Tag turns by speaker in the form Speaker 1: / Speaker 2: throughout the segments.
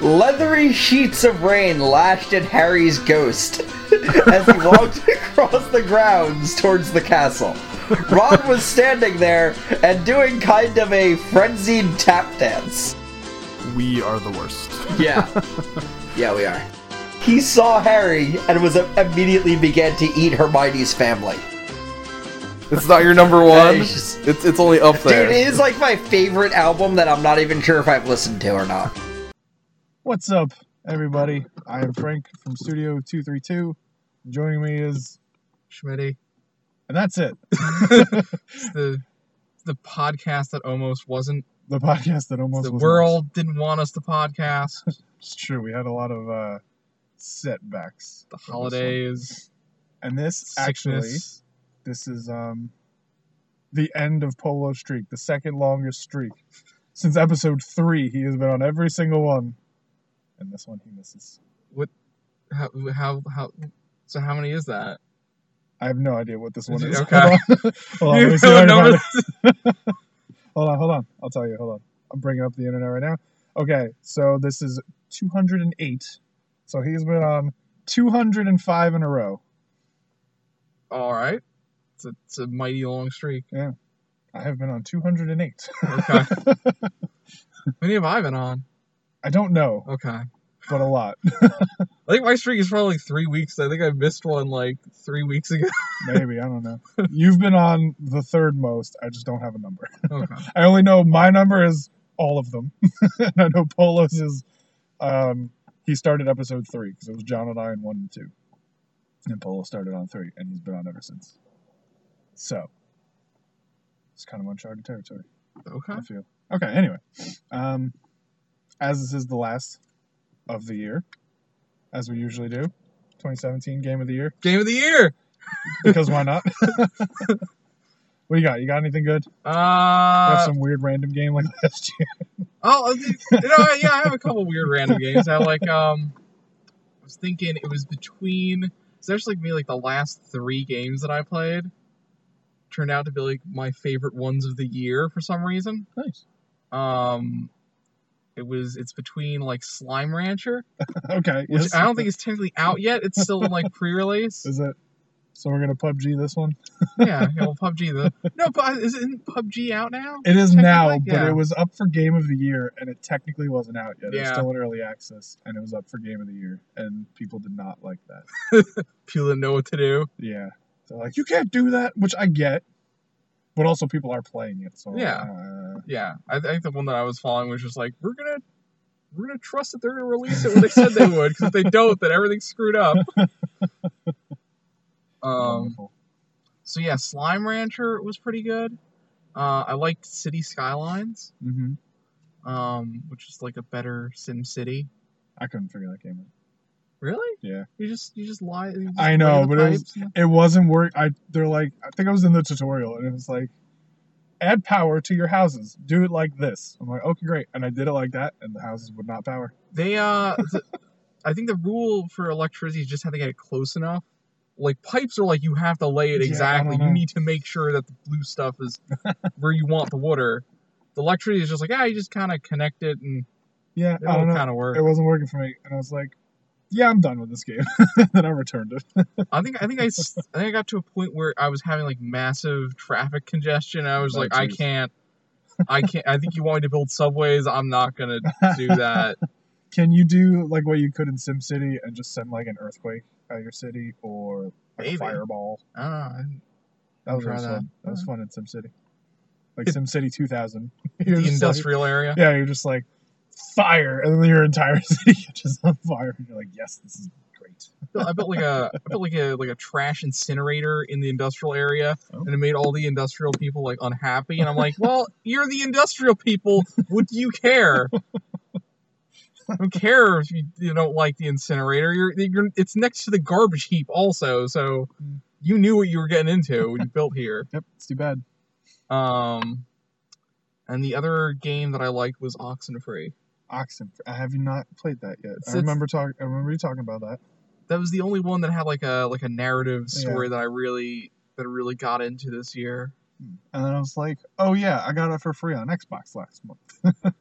Speaker 1: Leathery sheets of rain lashed at Harry's ghost as he walked across the grounds towards the castle. Ron was standing there and doing kind of a frenzied tap dance.
Speaker 2: We are the worst.
Speaker 1: Yeah. Yeah, we are. He saw Harry and was immediately began to eat Hermione's family.
Speaker 3: It's not your number one.
Speaker 1: it's just-
Speaker 3: It's it's only up there.
Speaker 1: Dude, it is like my favorite album that I'm not even sure if I've listened to or not.
Speaker 4: What's up, everybody? I am Frank from Studio 232. Joining me is,
Speaker 5: Schmitty.
Speaker 4: and that's it.
Speaker 5: It's the the podcast that almost wasn't.
Speaker 4: the podcast that almost
Speaker 5: the
Speaker 4: was
Speaker 5: world didn't want us to podcast.
Speaker 4: lost. It's true. We had a lot of uh, setbacks.
Speaker 5: The
Speaker 4: for this one.
Speaker 5: holidays,
Speaker 4: And this actually,
Speaker 5: sickness.
Speaker 4: this is um, the end of Polo Streak, the second longest streak since episode three. He has been on every single one, and this one he misses.
Speaker 5: How, how how so? How many is that?
Speaker 4: I have no idea what this one is.
Speaker 5: Okay.
Speaker 4: Hold on. Hold on.
Speaker 5: You
Speaker 4: let me see
Speaker 5: don't
Speaker 4: if I can
Speaker 5: know
Speaker 4: find it. hold on. Hold on. I'll tell you. Hold on. I'm bringing up the internet right now. Okay. So this is 208. So he's been on 205 in a row.
Speaker 5: All right, it's a, it's a mighty long streak.
Speaker 4: I have been on 208.
Speaker 5: Okay, How many have I been on?
Speaker 4: I don't know,
Speaker 5: Okay, I
Speaker 4: but a lot.
Speaker 5: think my streak is probably three weeks. I think I missed one like three weeks ago.
Speaker 4: Maybe. I don't know. You've been on the third most. I just don't have a number.
Speaker 5: Okay,
Speaker 4: I only know my number is all of them. and I know Polo's is um, he started episode three because it was John and I in one and two, and Polo started on three, and he's been on ever since. So it's kind of uncharted territory.
Speaker 5: okay.
Speaker 4: I feel okay. Anyway, um, as this is the last of the year, as we usually do, 2017 game of the year
Speaker 5: Game of the year.
Speaker 4: because why not? what do you got? You got anything good? You have
Speaker 5: Uh,
Speaker 4: some weird random game like last year.
Speaker 5: Oh, you know, yeah, I have a couple weird random games. I like, um, I was thinking it was between, it's actually maybe like the last three games that I played turned out to be like my favorite ones of the year for some reason.
Speaker 4: Nice.
Speaker 5: Um, it was, it's between like Slime Rancher,
Speaker 4: Okay.
Speaker 5: which
Speaker 4: yes.
Speaker 5: I don't think is technically out yet. It's still in like pre release.
Speaker 4: Is it? So we're gonna PUBG this one.
Speaker 5: yeah, yeah, well, PUBG, the, no, but isn't PUBG out now?
Speaker 4: It is
Speaker 5: Technically,
Speaker 4: now, but
Speaker 5: yeah.
Speaker 4: it was up for Game of the Year, and it technically wasn't out yet. It was
Speaker 5: Yeah.
Speaker 4: still in early access, and it was up for Game of the Year, and people did not like that.
Speaker 5: People didn't know what to do.
Speaker 4: Yeah, they're like, you can't do that, which I get, but also people are playing it, so
Speaker 5: Yeah.
Speaker 4: uh,
Speaker 5: Yeah, I think the one that I was following was just like we're gonna we're gonna trust that they're gonna release it when they said they would because if they don't, then everything's screwed up. Um.
Speaker 4: wonderful.
Speaker 5: So yeah, Slime Rancher was pretty good. Uh, I liked City Skylines,
Speaker 4: Mhm.
Speaker 5: um, which is like a better Sim City.
Speaker 4: I couldn't figure that game out.
Speaker 5: Really?
Speaker 4: Yeah.
Speaker 5: You just you just lie. You just
Speaker 4: I
Speaker 5: lay
Speaker 4: know,
Speaker 5: the
Speaker 4: but it was-
Speaker 5: pipes and-
Speaker 4: It wasn't work. I they're like, I think I was in the tutorial, and it was like, add power to your houses. Do it like this. I'm like, okay, great, and I did it like that, and the houses would not power.
Speaker 5: They uh, th- I think the rule for electricity is just have to get it close enough. Like pipes are like you have to lay it
Speaker 4: Yeah, I
Speaker 5: exactly.
Speaker 4: don't know.
Speaker 5: you need to make sure that the blue stuff is where you want the water. The electricity is just like ah, you just kind of connect it and
Speaker 4: Yeah, I
Speaker 5: it'll
Speaker 4: don't know.
Speaker 5: kind of work.
Speaker 4: it wasn't working for me, and I was like, "Yeah, I'm done with this game." then I returned it.
Speaker 5: I think I think I, s- I think I got to a point where I was having like massive traffic congestion. I was
Speaker 4: Oh,
Speaker 5: like I
Speaker 4: jeez.
Speaker 5: can't. I can't. I think you want me to build subways. I'm not gonna do that.
Speaker 4: Can you do like what you could in SimCity and just send like an earthquake out of your city or like, a
Speaker 5: Maybe.
Speaker 4: fireball?
Speaker 5: Ah,
Speaker 4: That was
Speaker 5: Try
Speaker 4: always
Speaker 5: that.
Speaker 4: fun. That was
Speaker 5: Alright.
Speaker 4: fun in SimCity, like
Speaker 5: It-
Speaker 4: SimCity 2000.
Speaker 5: the
Speaker 4: You're just like-
Speaker 5: industrial area.
Speaker 4: yeah, you're just like fire, and then your entire city catches on fire, and you're like, "Yes, this is great."
Speaker 5: built- I built like a I built like a like a trash incinerator in the industrial area,
Speaker 4: Oh.
Speaker 5: and it made all the industrial people like unhappy. And I'm like, well, you're the industrial people. Would you care? I don't care if you, you don't like the incinerator. You're, you're it's next to the garbage heap also, so you knew what you were getting into when you built here.
Speaker 4: Yep, it's too bad.
Speaker 5: Um, and the other game that I liked was Oxenfree.
Speaker 4: Oxen. I have you not played that yet.
Speaker 5: It's-
Speaker 4: I remember talking. I remember you talking about that.
Speaker 5: That was the only one that had like a like a narrative
Speaker 4: Yeah.
Speaker 5: story that I really that I really got into this year.
Speaker 4: And then I was like, oh yeah, I got it for free on Xbox last month.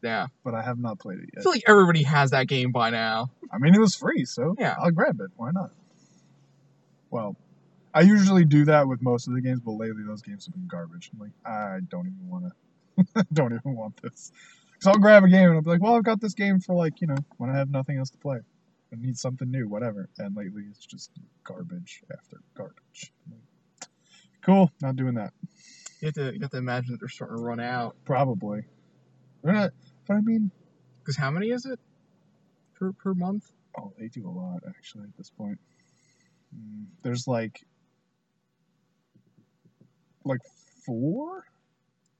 Speaker 5: Yeah.
Speaker 4: but I have not played it
Speaker 5: I
Speaker 4: yet.
Speaker 5: feel like everybody has that game by now.
Speaker 4: I mean, it was free, so
Speaker 5: Yeah.
Speaker 4: I'll grab it. Why not? Well, I usually do that with most of the games, but lately those games have been garbage. I'm like, I don't even want to. don't even want this. So I'll grab a game and I'll be like, well, I've got this game for like you know when I have nothing else to play. I need something new, whatever. And lately it's just garbage after garbage. I'm like, Cool, not doing that.
Speaker 5: You have to you have to imagine that they're starting to run out.
Speaker 4: Probably. They're not. But I mean,
Speaker 5: Because how many is it per per month?
Speaker 4: Oh, they do a lot actually at this point. Mm, There's like like four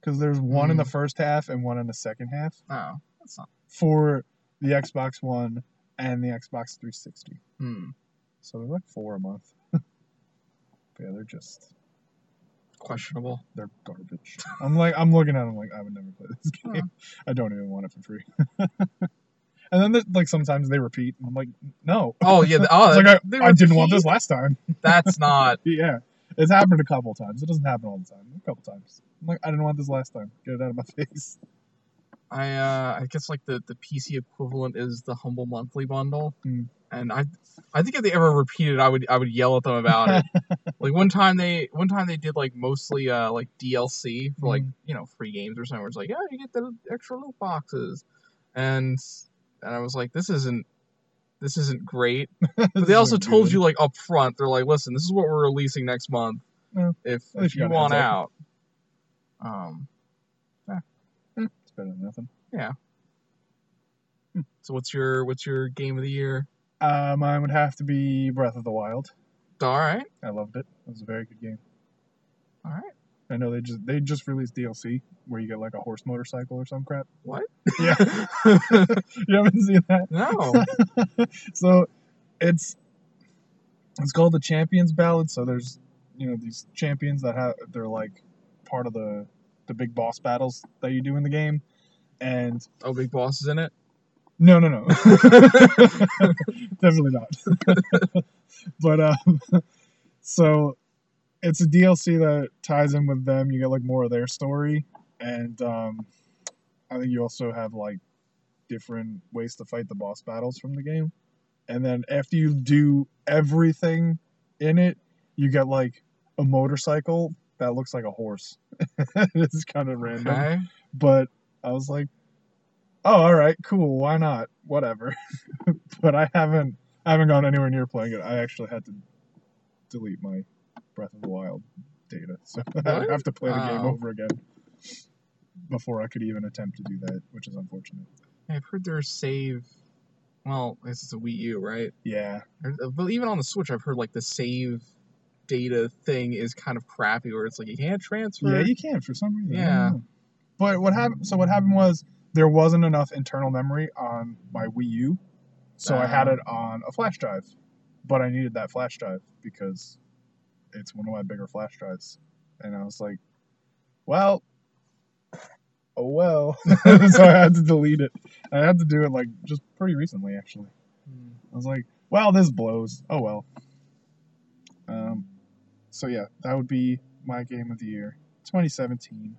Speaker 4: because there's one in
Speaker 5: Hmm.
Speaker 4: the first half and one in the second half
Speaker 5: Oh, that's not.
Speaker 4: for the Xbox One and the Xbox 360.
Speaker 5: Hmm.
Speaker 4: So they're like four a month. But yeah, they're just
Speaker 5: Questionable.
Speaker 4: they're garbage. I'm like I'm looking at them like I would never play this game.
Speaker 5: Huh.
Speaker 4: I don't even want it for free. and then like sometimes they repeat and I'm like no.
Speaker 5: Oh yeah. the- Oh,
Speaker 4: It's like
Speaker 5: they
Speaker 4: I, I didn't want
Speaker 5: repeat.
Speaker 4: this last time.
Speaker 5: That's not.
Speaker 4: Yeah, it's happened a couple times. It doesn't happen all the time. A couple times. I'm like, I didn't want this last time. Get it out of my face.
Speaker 5: I uh, I guess like the the PC equivalent is the humble monthly bundle,
Speaker 4: Hmm.
Speaker 5: and I I think if they ever repeated, I would I would yell at them about it. like one time they one time they did like mostly uh like DLC for like
Speaker 4: Mhm.
Speaker 5: you know free games or something. Where it's like yeah, you get the extra loot boxes, and and I was like this isn't this isn't great. But they also told you like up front, they're like listen, this is what we're releasing next month.
Speaker 4: Yeah.
Speaker 5: If
Speaker 4: At least
Speaker 5: if
Speaker 4: you
Speaker 5: you
Speaker 4: got a heads
Speaker 5: want out, um.
Speaker 4: it's better than nothing.
Speaker 5: So what's your what's your game of the year?
Speaker 4: Uh, mine would have to be Breath of the Wild.
Speaker 5: All right,
Speaker 4: I loved it. It was a very good game.
Speaker 5: all right.
Speaker 4: I know they just they just released DLC where you get like a horse motorcycle or some crap.
Speaker 5: What?
Speaker 4: Yeah, you haven't seen that.
Speaker 5: no.
Speaker 4: so it's it's called the champions ballad so there's you know these champions that have they're like part of the the big boss battles that you do in the game and
Speaker 5: Oh, Big Boss is in it.
Speaker 4: no no no definitely not but um so it's a dlc that ties in with them you get like more of their story and um i think you also have like different ways to fight the boss battles from the game and then after you do everything in it you get like a motorcycle that looks like a horse it's kind of random
Speaker 5: Okay.
Speaker 4: but I was like, "Oh, all right, cool. Why not? Whatever." but I haven't, I haven't gone anywhere near playing it. I actually had to delete my Breath of the Wild data, so I
Speaker 5: What?
Speaker 4: have to play the game
Speaker 5: Oh.
Speaker 4: over again before I could even attempt to do that, which is unfortunate.
Speaker 5: I've heard there's save. Well, I guess it's a Wii U, right?
Speaker 4: Yeah,
Speaker 5: Or- uh, But even on the Switch, I've heard like the save data thing is kind of crappy, where it's like you can't transfer.
Speaker 4: yeah, you can for some reason. I don't
Speaker 5: Yeah.
Speaker 4: know. But what happened? So what happened was there wasn't enough internal memory on my Wii U, so I had
Speaker 5: Ah.
Speaker 4: it on a flash drive. But I needed that flash drive because it's one of my bigger flash drives, and I was like, "Well, oh well." so I had to delete it. I had to do it like just pretty recently, actually.
Speaker 5: Hmm.
Speaker 4: I was like, "Wow, this blows." Oh well. Um, so yeah, that would be my game of the year, 2017.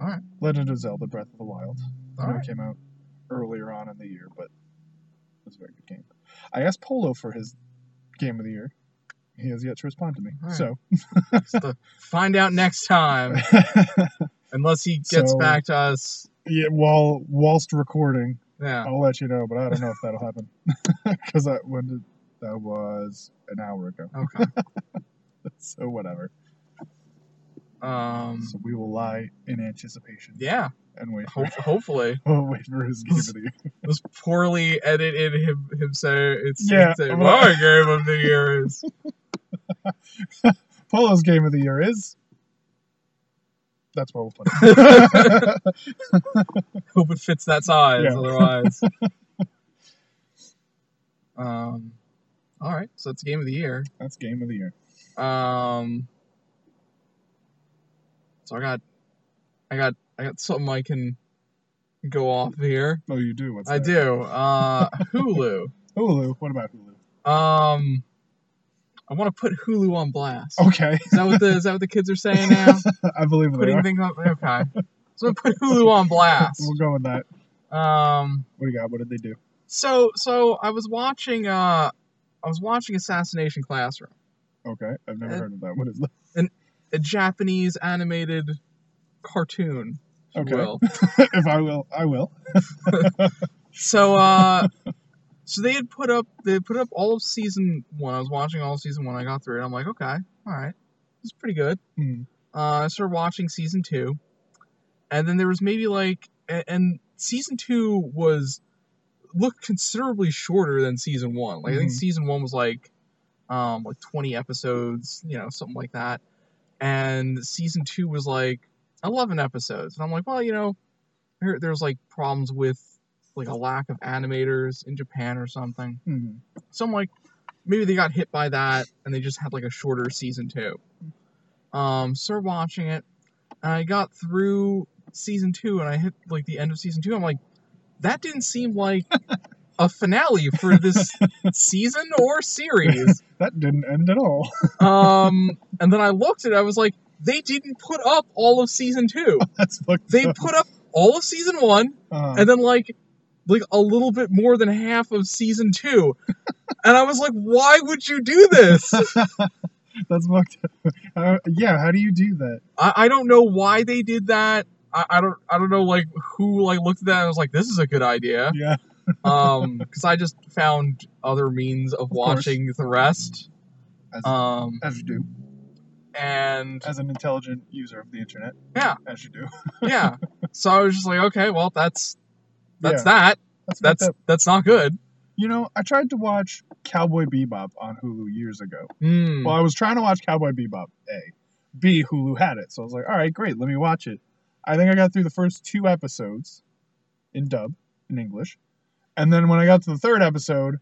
Speaker 5: Alright.
Speaker 4: Legend of Zelda: Breath of the Wild. I
Speaker 5: All
Speaker 4: know
Speaker 5: right.
Speaker 4: it came out earlier on in the year, but it was a very good game. I asked Polo for his game of the year. He has yet to respond to me.
Speaker 5: Alright.
Speaker 4: So,
Speaker 5: Just to find out next time, unless he gets
Speaker 4: So-
Speaker 5: back to us.
Speaker 4: yeah, while whilst recording,
Speaker 5: Yeah.
Speaker 4: I'll let you know, but I don't know if that'll happen because that when did, that was an hour ago.
Speaker 5: Okay.
Speaker 4: So whatever.
Speaker 5: Um.
Speaker 4: So we will lie in anticipation.
Speaker 5: Yeah.
Speaker 4: and wait for,
Speaker 5: Ho- hopefully.
Speaker 4: we'll wait for his game of the year.
Speaker 5: was poorly edited him him say it's
Speaker 4: Yeah,
Speaker 5: yeah, say,
Speaker 4: I'm
Speaker 5: my
Speaker 4: like-
Speaker 5: game of the year is
Speaker 4: Polo's game of the year is. That's what we'll put. it.
Speaker 5: hope it fits that size
Speaker 4: Yeah.
Speaker 5: otherwise um all right so it's game of the year
Speaker 4: That's game of the year.
Speaker 5: um so i got i got i got something i can go off here
Speaker 4: Oh, you do. What's
Speaker 5: i
Speaker 4: that?
Speaker 5: do uh hulu
Speaker 4: Hulu. What about Hulu?
Speaker 5: um i want to put hulu on blast
Speaker 4: Okay,
Speaker 5: is that what the is that what the kids are saying now
Speaker 4: I believe Oh. they
Speaker 5: putting
Speaker 4: are.
Speaker 5: things on. Okay. So I put Hulu on blast.
Speaker 4: We'll go with that.
Speaker 5: Um,
Speaker 4: What do you got? What did they do?
Speaker 5: so so I was watching uh, I was watching Assassination Classroom,
Speaker 4: Okay, I've never
Speaker 5: Uh,
Speaker 4: heard of that. What is that?
Speaker 5: a Japanese animated cartoon. if you
Speaker 4: Okay.
Speaker 5: will.
Speaker 4: if I will, I will.
Speaker 5: So uh so they had put up they put up all of season one. I was watching all of season one, I got through it. I'm like, okay, alright. It's pretty good.
Speaker 4: Hmm.
Speaker 5: Uh I started watching season two. And then there was maybe like a- and season two was looked considerably shorter than season one. Like I think
Speaker 4: Mhm.
Speaker 5: season one was like um like twenty episodes, you know, something like that. And season two was like eleven episodes. And I'm like, well, you know, there- there's like problems with like a lack of animators in Japan or something.
Speaker 4: Hmm.
Speaker 5: So I'm like, maybe they got hit by that and they just had like a shorter season two. Um, started watching it, and I got through season two, and I hit like the end of season two. I'm like, that didn't seem like a finale for this season or series.
Speaker 4: That didn't end at all.
Speaker 5: Um, and then I looked at it, I was like, they didn't put up all of season two.
Speaker 4: That's fucked
Speaker 5: They
Speaker 4: up.
Speaker 5: put up all of season one,
Speaker 4: Uh,
Speaker 5: and then like like a little bit more than half of season two and i was like why would you do this
Speaker 4: that's fucked up. Uh, yeah, how do you do that?
Speaker 5: I, I don't know why they did that I, I don't i don't know like who like looked at that and was like this is a good idea
Speaker 4: Yeah.
Speaker 5: um because i just found other means of,
Speaker 4: course.
Speaker 5: watching the rest
Speaker 4: As,
Speaker 5: um
Speaker 4: as you do.
Speaker 5: and
Speaker 4: As an intelligent user of the internet.
Speaker 5: Yeah.
Speaker 4: As you do.
Speaker 5: yeah so i was just like okay well that's that's
Speaker 4: Yeah,
Speaker 5: that
Speaker 4: That's, fucked
Speaker 5: that's
Speaker 4: up.
Speaker 5: that's not good
Speaker 4: You know, I tried to watch Cowboy Bebop on Hulu years ago.
Speaker 5: Hmm.
Speaker 4: Well, I was trying to watch Cowboy Bebop. A, B, Hulu had it, so I was like, all right, great, let me watch it. I think I got through the first two episodes in dub in English, and then when I got to the third episode,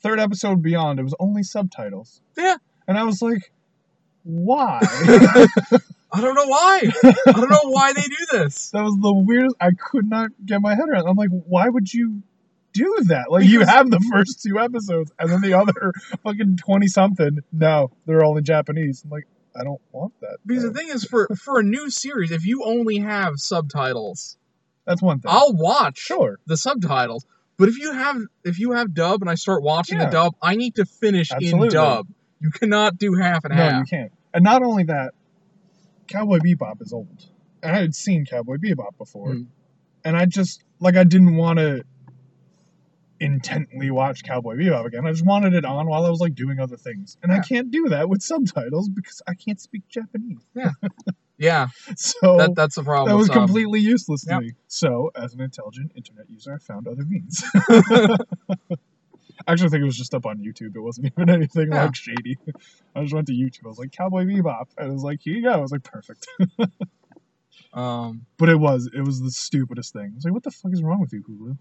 Speaker 4: third episode beyond, it was only subtitles.
Speaker 5: Yeah.
Speaker 4: and I was like, why?
Speaker 5: i don't know why i don't know why they do this
Speaker 4: that was the weirdest. I could not get my head around. it. I'm like, why would you? Do that. Like, you
Speaker 5: Because-
Speaker 4: have the first two episodes and then the other fucking 20 something. No, they're all in Japanese. I'm like, I don't want that.
Speaker 5: Because
Speaker 4: though.
Speaker 5: the thing is, for for a new series, if you only have subtitles,
Speaker 4: That's one thing.
Speaker 5: I'll watch
Speaker 4: sure.
Speaker 5: the subtitles. But if you have if you have dub and I start watching
Speaker 4: Yeah.
Speaker 5: the dub, I need to finish
Speaker 4: Absolutely.
Speaker 5: in dub. You cannot do half and
Speaker 4: No, you
Speaker 5: half.
Speaker 4: can't. And not only that, Cowboy Bebop is old. And I had seen Cowboy Bebop before.
Speaker 5: Mm.
Speaker 4: And I just like I didn't want to intently watch Cowboy Bebop again. I just wanted it on while I was like doing other things. And I
Speaker 5: Yeah.
Speaker 4: can't do that with subtitles because I can't speak Japanese.
Speaker 5: Yeah,
Speaker 4: So
Speaker 5: that
Speaker 4: that,
Speaker 5: that's the problem. with
Speaker 4: was
Speaker 5: sub.
Speaker 4: completely useless to
Speaker 5: Yep.
Speaker 4: me. So as an intelligent internet user, I found other means. I actually think it was just up on YouTube. It wasn't even anything
Speaker 5: Yeah.
Speaker 4: like shady. I just went to YouTube. I was like, Cowboy Bebop. And it was like, here you go. I was like, perfect.
Speaker 5: Um,
Speaker 4: But it was. It was the stupidest thing. I was like, what the fuck is wrong with you, Hulu?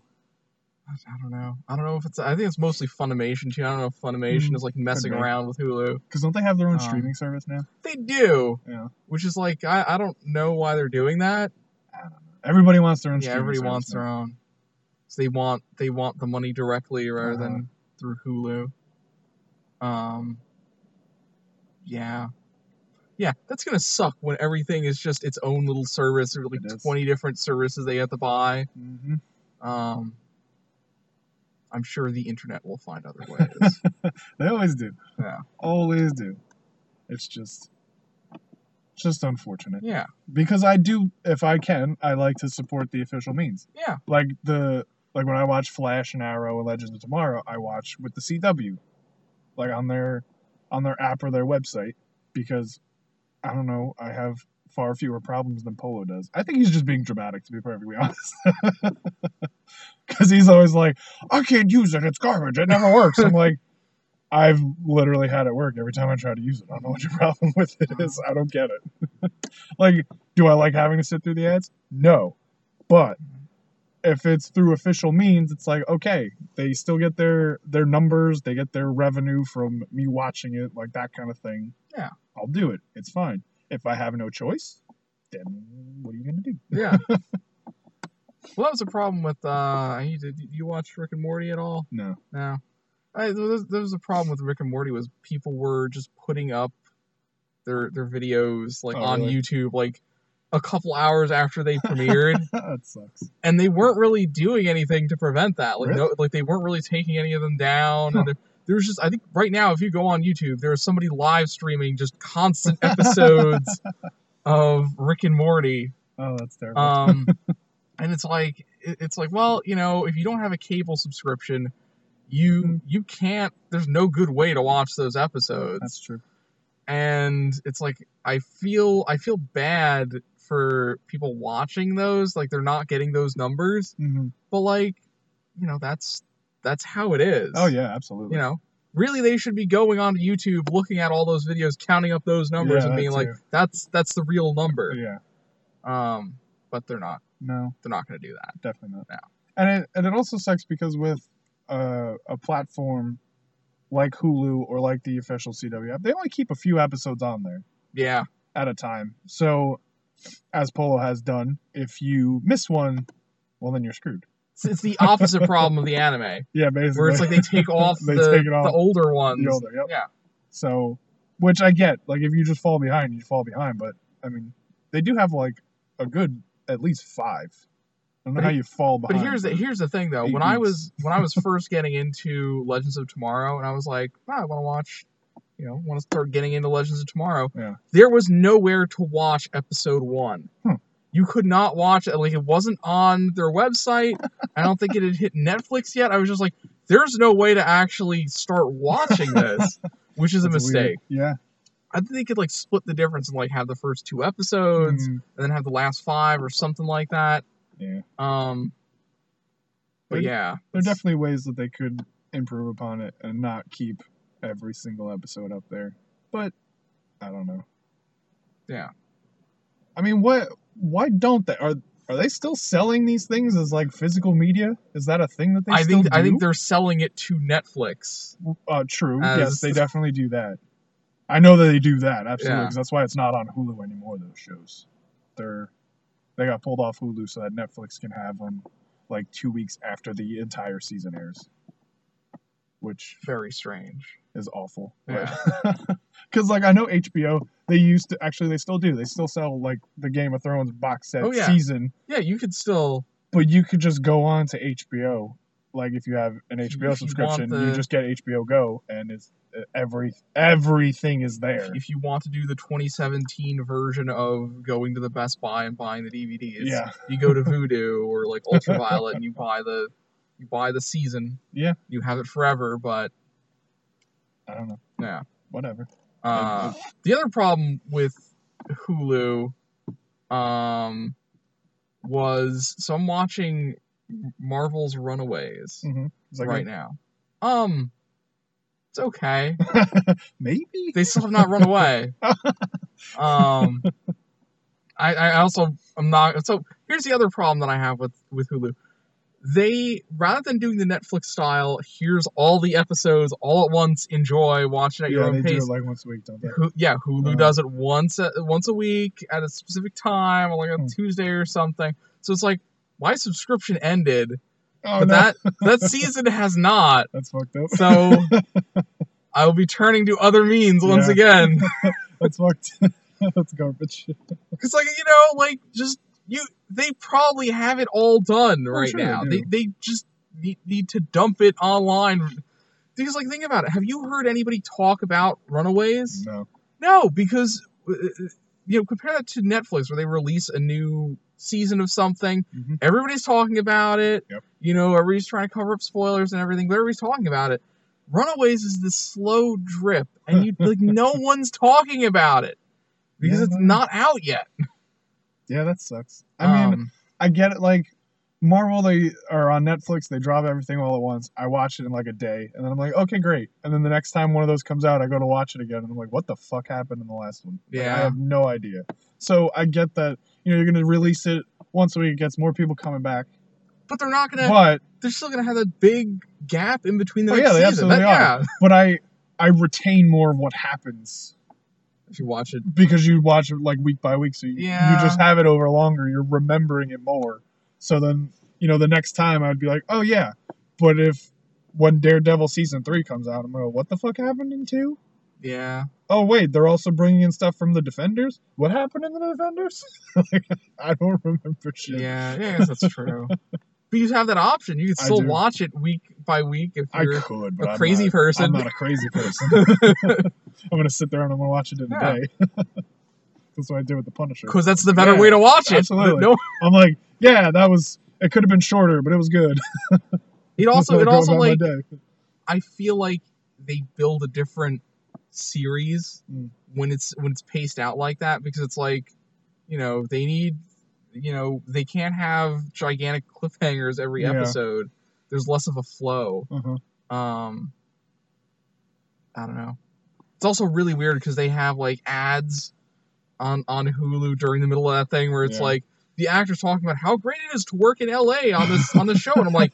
Speaker 5: I I don't know. I don't know if it's. I think it's mostly Funimation too. I don't know if Funimation
Speaker 4: Mm,
Speaker 5: is like messing
Speaker 4: be.
Speaker 5: around with Hulu.
Speaker 4: Because don't they have their own
Speaker 5: Um,
Speaker 4: streaming service now?
Speaker 5: They do,
Speaker 4: Yeah.
Speaker 5: which is like I, I don't know why they're doing that.
Speaker 4: I don't know. Everybody wants their own
Speaker 5: yeah,
Speaker 4: streaming
Speaker 5: everybody
Speaker 4: service
Speaker 5: wants
Speaker 4: now.
Speaker 5: their own. So they want they want the money directly rather
Speaker 4: Uh-huh.
Speaker 5: than through Hulu. Um. Yeah. Yeah, that's gonna suck when everything is just its own little service or like
Speaker 4: It is.
Speaker 5: twenty different services they have to buy.
Speaker 4: Mhm.
Speaker 5: Um. I'm sure the internet will find other ways.
Speaker 4: They always do.
Speaker 5: Yeah.
Speaker 4: Always do. It's just. Just unfortunate.
Speaker 5: yeah.
Speaker 4: Because I do, if I can, I like to support the official means.
Speaker 5: Yeah.
Speaker 4: like the like when I watch Flash and Arrow and Legends of Tomorrow, I watch with the CW, like on their on their app or their website because I don't know, I have far fewer problems than Polo does. I think he's just being dramatic, to be perfectly honest, because he's always like, I can't use it, it's garbage, it never works. I'm like. I've literally had it work every time I try to use it. I don't know what your problem with it is. I don't get it. like, do I like having to sit through the ads? No. But if it's through official means, it's like okay, they still get their their numbers, they get their revenue from me watching it, like that kind of thing.
Speaker 5: Yeah.
Speaker 4: I'll do it. It's fine. If I have no choice, then what are you gonna do?
Speaker 5: Yeah. well, that was a problem with. Uh, I need to. Do you watch Rick and Morty at all?
Speaker 4: No.
Speaker 5: No. I, there, was, there was a problem with Rick and Morty was people were just putting up their their videos like
Speaker 4: Oh,
Speaker 5: on
Speaker 4: really?
Speaker 5: YouTube like a couple hours after they premiered,
Speaker 4: that sucks.
Speaker 5: and they weren't really doing anything to prevent that. Like no, like they weren't really taking any of them down.
Speaker 4: Huh.
Speaker 5: And there, there's just I think right now if you go on YouTube, there's somebody live streaming just constant episodes of Rick and Morty.
Speaker 4: Oh, that's terrible.
Speaker 5: Um, and it's like it- it's like well, you know, if you don't have a cable subscription, you you can't. There's no good way to watch those episodes
Speaker 4: that's true.
Speaker 5: and it's like I feel I feel bad for people watching those like they're not getting those numbers
Speaker 4: hmm
Speaker 5: but like you know that's that's how it is
Speaker 4: Oh yeah, absolutely.
Speaker 5: you know really they should be going onto YouTube looking at all those videos counting up those numbers
Speaker 4: Yeah,
Speaker 5: and
Speaker 4: that
Speaker 5: being like
Speaker 4: too.
Speaker 5: that's that's the real number
Speaker 4: Yeah.
Speaker 5: um but they're not
Speaker 4: No.
Speaker 5: they're not going to do that
Speaker 4: definitely not.
Speaker 5: No.
Speaker 4: And it and it also sucks because with uh, a platform like Hulu or like the official CW app, they only keep a few episodes on there
Speaker 5: yeah
Speaker 4: at a time. So, as Polo has done, if you miss one, well then you're screwed.
Speaker 5: it's, it's the opposite problem of the anime
Speaker 4: Yeah, basically.
Speaker 5: where it's like they take off,
Speaker 4: They
Speaker 5: the,
Speaker 4: take it off
Speaker 5: the older ones
Speaker 4: the older, yep.
Speaker 5: yeah
Speaker 4: So, which I get. Like if you just fall behind, you fall behind. But I mean, they do have like a good at least five. I don't know
Speaker 5: But
Speaker 4: how
Speaker 5: he-
Speaker 4: you fall
Speaker 5: But
Speaker 4: behind.
Speaker 5: here's the here's the thing though.
Speaker 4: eight
Speaker 5: When I was
Speaker 4: weeks.
Speaker 5: when I was first getting into Legends of Tomorrow, and I was like, "Ah, I want to watch, you know, want to start getting into Legends of Tomorrow.
Speaker 4: Yeah.
Speaker 5: There was nowhere to watch episode one.
Speaker 4: Hmm.
Speaker 5: You could not watch it. Like it wasn't on their website. I don't think it had hit Netflix yet. I was just like, there's no way to actually start watching this, which is a
Speaker 4: That's
Speaker 5: mistake.
Speaker 4: weird. Yeah.
Speaker 5: I think they could like split the difference and like have the first two episodes
Speaker 4: Mm,
Speaker 5: and then have the last five or something like that.
Speaker 4: yeah.
Speaker 5: Um. But
Speaker 4: They're-
Speaker 5: yeah,
Speaker 4: there are
Speaker 5: it's-
Speaker 4: definitely ways that they could improve upon it and not keep every single episode up there. But I don't know.
Speaker 5: Yeah.
Speaker 4: I mean, what? Why don't they? Are are they still selling these things as like physical media? Is that a thing that they
Speaker 5: I
Speaker 4: still
Speaker 5: think
Speaker 4: do?
Speaker 5: I think they're selling it to Netflix.
Speaker 4: uh, true.
Speaker 5: as-
Speaker 4: yes, they definitely do that. I know that they do that absolutely.
Speaker 5: Yeah.
Speaker 4: 'cause that's why it's not on Hulu anymore. Those shows, they're they got pulled off Hulu so that Netflix can have them like two weeks after the entire season airs, which
Speaker 5: Very strange.
Speaker 4: is awful. Because like I know HBO, they used to actually they still do. They still sell like the Game of Thrones box set
Speaker 5: Oh, yeah.
Speaker 4: season,
Speaker 5: Yeah, you could still
Speaker 4: but you could just go on to HBO. Like if you have an
Speaker 5: If
Speaker 4: HBO
Speaker 5: you- if you want
Speaker 4: subscription, you,
Speaker 5: the-
Speaker 4: just get HBO Go, and it's uh, every everything is there.
Speaker 5: if you want to do the 2017 version of going to the Best Buy and buying the DVDs.
Speaker 4: Yeah,
Speaker 5: You go to Voodoo or like Ultraviolet and you buy the you buy the season.
Speaker 4: Yeah.
Speaker 5: You have it forever, but
Speaker 4: I don't know.
Speaker 5: yeah.
Speaker 4: Whatever.
Speaker 5: Uh, the other problem with Hulu um was so I'm watching Marvel's Runaways.
Speaker 4: Mhm. It's like
Speaker 5: right now. Um, it's okay.
Speaker 4: maybe.
Speaker 5: They still have not run away. Um, I, I also I'm not. So here's the other problem that I have with with Hulu. They rather than doing the Netflix style, here's all the episodes all at once. Enjoy, watch it at your
Speaker 4: Yeah,
Speaker 5: own
Speaker 4: they do
Speaker 5: pace.
Speaker 4: it like once a week, don't they?
Speaker 5: Hu- yeah, Hulu
Speaker 4: Uh-huh.
Speaker 5: does it once a, once a week at a specific time, or like a
Speaker 4: Hmm.
Speaker 5: Tuesday or something. So it's like my subscription ended,
Speaker 4: Oh
Speaker 5: but
Speaker 4: no,
Speaker 5: that that season has not.
Speaker 4: that's fucked up.
Speaker 5: So I will be turning to other means once
Speaker 4: Yeah.
Speaker 5: again.
Speaker 4: that's fucked. that's garbage.
Speaker 5: Because like you know, like just you, they probably have it all done right
Speaker 4: Oh, sure they
Speaker 5: now. They,
Speaker 4: do.
Speaker 5: they just need, need to dump it online. Because like think about it. Have you heard anybody talk about Runaways?
Speaker 4: No.
Speaker 5: No, because uh, you know compare that to Netflix where they release a new season of something.
Speaker 4: Mhm.
Speaker 5: Everybody's talking about it.
Speaker 4: Yep.
Speaker 5: You know, everybody's trying to cover up spoilers and everything, but everybody's talking about it. Runaways is this slow drip, and you like no one's talking about it because
Speaker 4: Yeah,
Speaker 5: it's
Speaker 4: no.
Speaker 5: not out yet.
Speaker 4: Yeah, that sucks. I mean,
Speaker 5: Um,
Speaker 4: I get it. Like Marvel, they are on Netflix. They drop everything all at once. I watch it in like a day, and then I'm like, okay, great. And then the next time one of those comes out, I go to watch it again, and I'm like, what the fuck happened in the last one? Like, I
Speaker 5: Yeah.
Speaker 4: have no idea. So I get that. You know, you're gonna release it once a week. It gets more people coming back,
Speaker 5: but they're not gonna.
Speaker 4: but
Speaker 5: They're still gonna have that big gap in between the
Speaker 4: Oh,
Speaker 5: next
Speaker 4: yeah, they
Speaker 5: season.
Speaker 4: absolutely
Speaker 5: That-
Speaker 4: are.
Speaker 5: Yeah,
Speaker 4: but I I retain more of what happens
Speaker 5: if you watch it,
Speaker 4: because you watch it like week by week, so you,
Speaker 5: Yeah.
Speaker 4: you just have it over longer. You're remembering it more. So then, you know, the next time I'd be like, oh yeah. But if when Daredevil season three comes out, I'm gonna go, what the fuck happened in two?
Speaker 5: Yeah.
Speaker 4: Oh wait, they're also bringing in stuff from the Defenders. What happened in the Defenders? like, I don't remember shit.
Speaker 5: Yeah. Yeah. I guess that's true. but you have that option. You can
Speaker 4: I
Speaker 5: still
Speaker 4: do.
Speaker 5: watch it week by week if
Speaker 4: I
Speaker 5: you're.
Speaker 4: could, but
Speaker 5: a
Speaker 4: I'm
Speaker 5: crazy
Speaker 4: not,
Speaker 5: person.
Speaker 4: I'm not a crazy person. I'm gonna sit there and I'm gonna watch it in
Speaker 5: Yeah.
Speaker 4: a day. That's what I did with the Punisher.
Speaker 5: Because that's the better
Speaker 4: Yeah,
Speaker 5: way to watch it.
Speaker 4: absolutely.
Speaker 5: No,
Speaker 4: I'm like, yeah, that was. It could have been shorter, but it was good.
Speaker 5: it also
Speaker 4: That's how I go
Speaker 5: it also
Speaker 4: about my
Speaker 5: like
Speaker 4: day.
Speaker 5: I feel like they build a different series
Speaker 4: Mm.
Speaker 5: when it's when it's paced out like that because it's like, you know, they need, you know, they can't have gigantic cliffhangers every
Speaker 4: Yeah.
Speaker 5: episode. There's less of a flow.
Speaker 4: Uh-huh.
Speaker 5: Um, I don't know. It's also really weird because they have like ads on on Hulu during the middle of that thing where it's
Speaker 4: Yeah.
Speaker 5: like the actors talking about how great it is to work in LA on this on the show, and I'm like,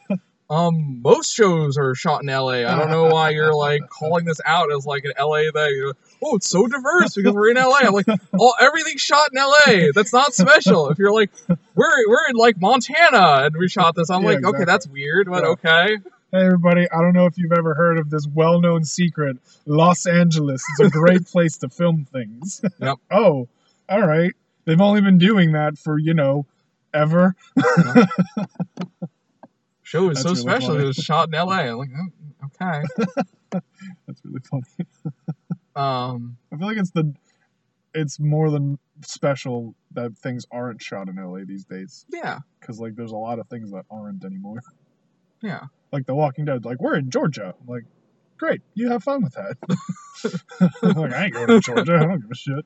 Speaker 5: um, most shows are shot in LA. I don't know why you're like calling this out as like an LA thing. You're like, oh, it's so diverse because we're in LA. I'm like, all everything's shot in LA. That's not special. If you're like, we're we're in like Montana and we shot this, I'm
Speaker 4: Yeah,
Speaker 5: like, okay,
Speaker 4: exactly.
Speaker 5: that's weird, but
Speaker 4: Yeah.
Speaker 5: okay.
Speaker 4: Hey everybody, I don't know if you've ever heard of this well-known secret. Los Angeles is a great place to film things.
Speaker 5: Yep.
Speaker 4: oh, all right. They've only been doing that for, you know, ever.
Speaker 5: show
Speaker 4: That's
Speaker 5: is so
Speaker 4: really
Speaker 5: special.
Speaker 4: funny.
Speaker 5: It was shot in LA. I'm like, "Oh, okay.
Speaker 4: That's really funny.
Speaker 5: Um,
Speaker 4: I feel like it's the it's more than special that things aren't shot in LA these days
Speaker 5: yeah,
Speaker 4: cuz like there's a lot of things that aren't anymore.
Speaker 5: yeah.
Speaker 4: Like The Walking Dead, like we're in Georgia. I'm like, "Great. You have fun with that." I'm like, I ain't going to Georgia. I don't give a shit.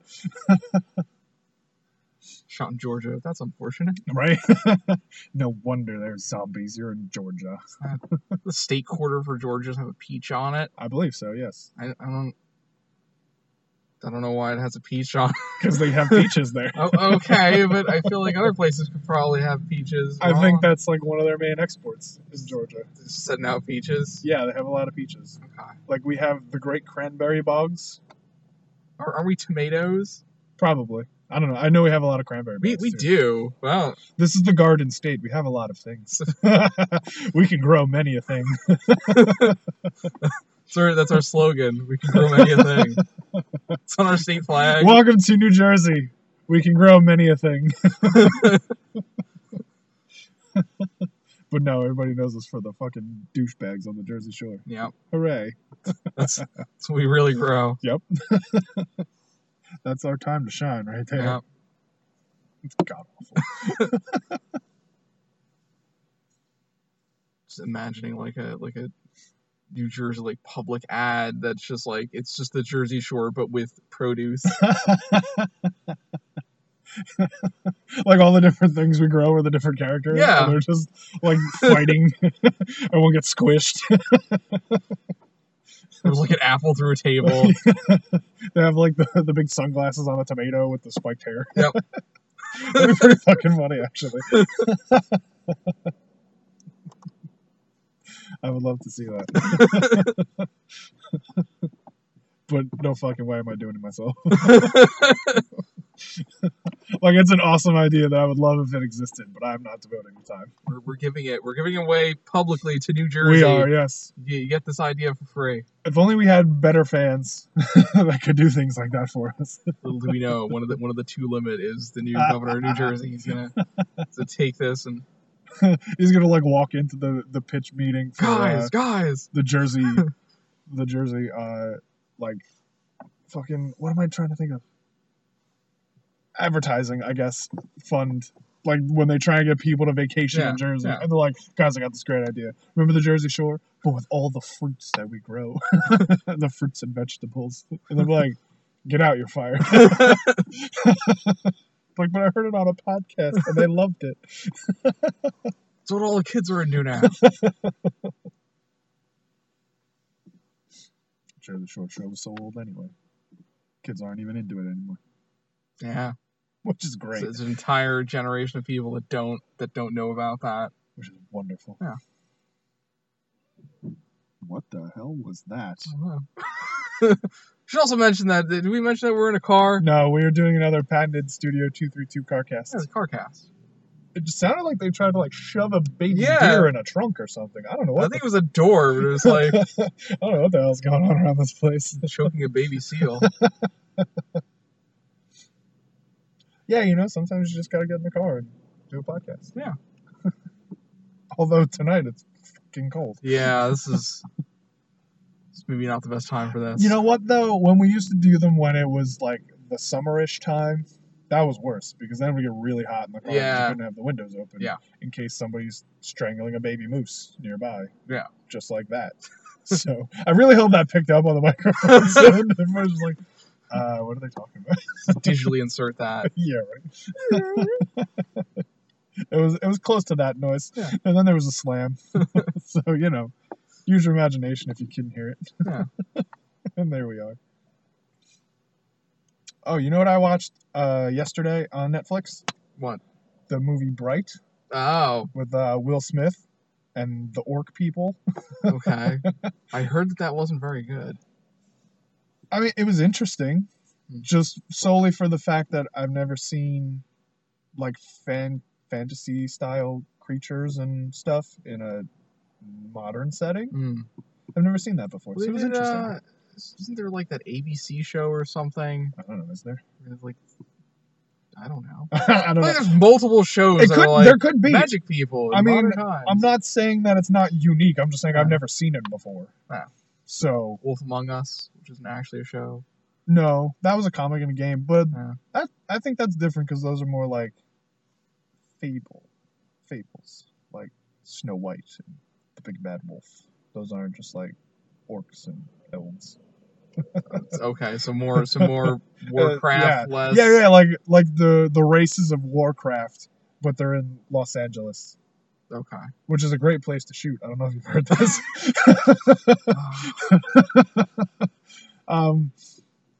Speaker 5: Shot in Georgia. That's unfortunate.
Speaker 4: Right? no wonder there's zombies. You're in Georgia.
Speaker 5: The state quarter for Georgia doesn't have a peach on it.
Speaker 4: I believe so, yes.
Speaker 5: I, I don't. I don't know why it has a peach on.
Speaker 4: Because they have peaches there.
Speaker 5: oh, okay, but I feel like other places could probably have peaches.
Speaker 4: I
Speaker 5: Well,
Speaker 4: think that's like one of their main exports is Georgia.
Speaker 5: just setting out peaches.
Speaker 4: Yeah, they have a lot of peaches.
Speaker 5: Okay.
Speaker 4: Like we have the Great Cranberry Bogs,
Speaker 5: Are, are we tomatoes?
Speaker 4: probably. I don't know. I know we have a lot of cranberry.
Speaker 5: We,
Speaker 4: bogs,
Speaker 5: we
Speaker 4: too.
Speaker 5: do. Well,
Speaker 4: This is the Garden State. We have a lot of things. we can grow many a thing.
Speaker 5: sir, that's our slogan. We can grow anything. it's on our state flag.
Speaker 4: Welcome to New Jersey. We can grow many a thing. but no, everybody knows us for the fucking douchebags on the Jersey Shore.
Speaker 5: Yep,
Speaker 4: Hooray!
Speaker 5: that's, that's what we really grow.
Speaker 4: That's our time to shine right there.
Speaker 5: Yep.
Speaker 4: It's god awful.
Speaker 5: just imagining like a like a New Jersey like public ad that's just like it's just the Jersey Shore but with produce.
Speaker 4: like all the different things we grow are the different characters.
Speaker 5: Yeah.
Speaker 4: and they're just like fighting, and we'll get squished.
Speaker 5: It was like an apple through a table.
Speaker 4: they have like the, the big sunglasses on a tomato with the spiked hair.
Speaker 5: Yep.
Speaker 4: That'd be pretty fucking funny, actually. I would love to see that. but no fucking way am I doing it myself. like it's an awesome idea that I would love if it existed, but I'm not devoting the time.
Speaker 5: we're, we're giving it we're giving it away publicly to New
Speaker 4: We
Speaker 5: Jersey.
Speaker 4: are, yes.
Speaker 5: You, you get this idea for free.
Speaker 4: If only we had better fans that could do things like that for us.
Speaker 5: Little do we know one of the one of the two limit is the new governor of New Jersey. He's gonna, to take this and
Speaker 4: He's gonna like walk into the the pitch meeting for uh,
Speaker 5: guys guys
Speaker 4: the Jersey, the Jersey, uh, like, fucking, what am I trying to think of? Advertising, I guess, fund. Like when they try and get people to vacation
Speaker 5: Yeah,
Speaker 4: in Jersey,
Speaker 5: yeah.
Speaker 4: and they're like, "Guys, I got this great idea. Remember the Jersey Shore, but with all the fruits that we grow, the fruits and vegetables." And they're like, "Get out, you're fired." like, but I heard it on a podcast and they loved it.
Speaker 5: that's what all the kids are into now.
Speaker 4: Jersey Shore show was so old anyway. Kids aren't even into it anymore,
Speaker 5: Yeah,
Speaker 4: which is great.
Speaker 5: So it's an entire generation of people that don't that don't know about that.
Speaker 4: which is wonderful.
Speaker 5: Yeah.
Speaker 4: What the hell was that?
Speaker 5: I don't know. Mm-hmm. should also mention that did we mention that we're in a car?
Speaker 4: No, we are doing another patented Studio 232
Speaker 5: Yeah, it's
Speaker 4: CarCast.
Speaker 5: a car cast.
Speaker 4: It just sounded like they tried to like shove a baby
Speaker 5: Yeah.
Speaker 4: deer in a trunk or something. I don't know
Speaker 5: I
Speaker 4: what.
Speaker 5: think it was a door, but it was like
Speaker 4: the- I don't know what the hell's going on around this place.
Speaker 5: choking a baby seal.
Speaker 4: Yeah, you know, sometimes you just gotta get in the car and do a podcast.
Speaker 5: Yeah.
Speaker 4: Although tonight it's fucking cold.
Speaker 5: Yeah, this is it's maybe not the best time for this.
Speaker 4: You know what though? When we used to do them when it was like the summerish time, that was worse because then it would get really hot in the car. 'cause
Speaker 5: Yeah.
Speaker 4: You couldn't have the windows open.
Speaker 5: Yeah.
Speaker 4: In case somebody's strangling a baby moose nearby.
Speaker 5: Yeah.
Speaker 4: Just like that. so I really hope that picked up on the microphone. so everyone's just like, uh, what are they talking about?
Speaker 5: digitally insert that.
Speaker 4: yeah, right. It was it was close to that noise,
Speaker 5: Yeah.
Speaker 4: and then there was a slam. so you know, use your imagination if you couldn't hear it.
Speaker 5: Yeah.
Speaker 4: and there we are. Oh, you know what I watched uh, yesterday on Netflix?
Speaker 5: What?
Speaker 4: The movie Bright
Speaker 5: Oh,
Speaker 4: with uh, Will Smith and the orc people.
Speaker 5: okay. I heard that that wasn't very good.
Speaker 4: I mean, it was interesting,
Speaker 5: Hmm.
Speaker 4: just solely for the fact that I've never seen like fan fantasy style creatures and stuff in a modern setting.
Speaker 5: Mm.
Speaker 4: I've never seen that before, so
Speaker 5: They
Speaker 4: it was
Speaker 5: did,
Speaker 4: interesting.
Speaker 5: uh, isn't there like that ABC show or something?
Speaker 4: I don't know, is there?
Speaker 5: There's, Like, I don't know.
Speaker 4: I don't
Speaker 5: I
Speaker 4: know.
Speaker 5: think there's multiple shows
Speaker 4: It
Speaker 5: that
Speaker 4: could,
Speaker 5: are like
Speaker 4: there could be.
Speaker 5: magic people. In
Speaker 4: I mean,
Speaker 5: modern times.
Speaker 4: I'm not saying that it's not unique. I'm just saying I've
Speaker 5: Yeah.
Speaker 4: never seen it before.
Speaker 5: Yeah.
Speaker 4: So
Speaker 5: Wolf Among Us, which isn't actually a show.
Speaker 4: no, that was a comic in a game, but
Speaker 5: Yeah.
Speaker 4: that, I think that's different because those are more like fable, fables like Snow White and the Big Bad Wolf. Those aren't just like orcs and elves. Uh,
Speaker 5: It's- okay, so more, some more Warcraft less.
Speaker 4: Yeah, yeah, like like the the races of Warcraft, but they're in Los Angeles,
Speaker 5: Okay.
Speaker 4: which is a great place to shoot. I don't know if you've heard this. um,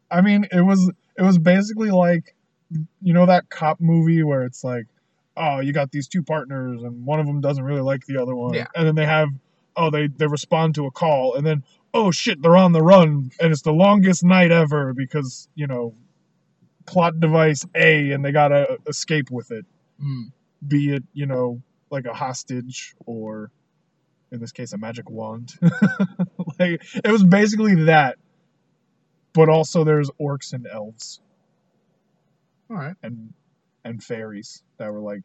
Speaker 4: I mean, it was it was basically like you know that cop movie where it's like, oh, you got these two partners and one of them doesn't really like the other one,
Speaker 5: Yeah.
Speaker 4: and then they have oh they they respond to a call and then oh shit they're on the run and it's the longest night ever because you know plot device A and they gotta escape with it
Speaker 5: Mm.
Speaker 4: be it you know like a hostage or in this case a magic wand like it was basically that but also there's orcs and elves
Speaker 5: All right.
Speaker 4: and and fairies that were like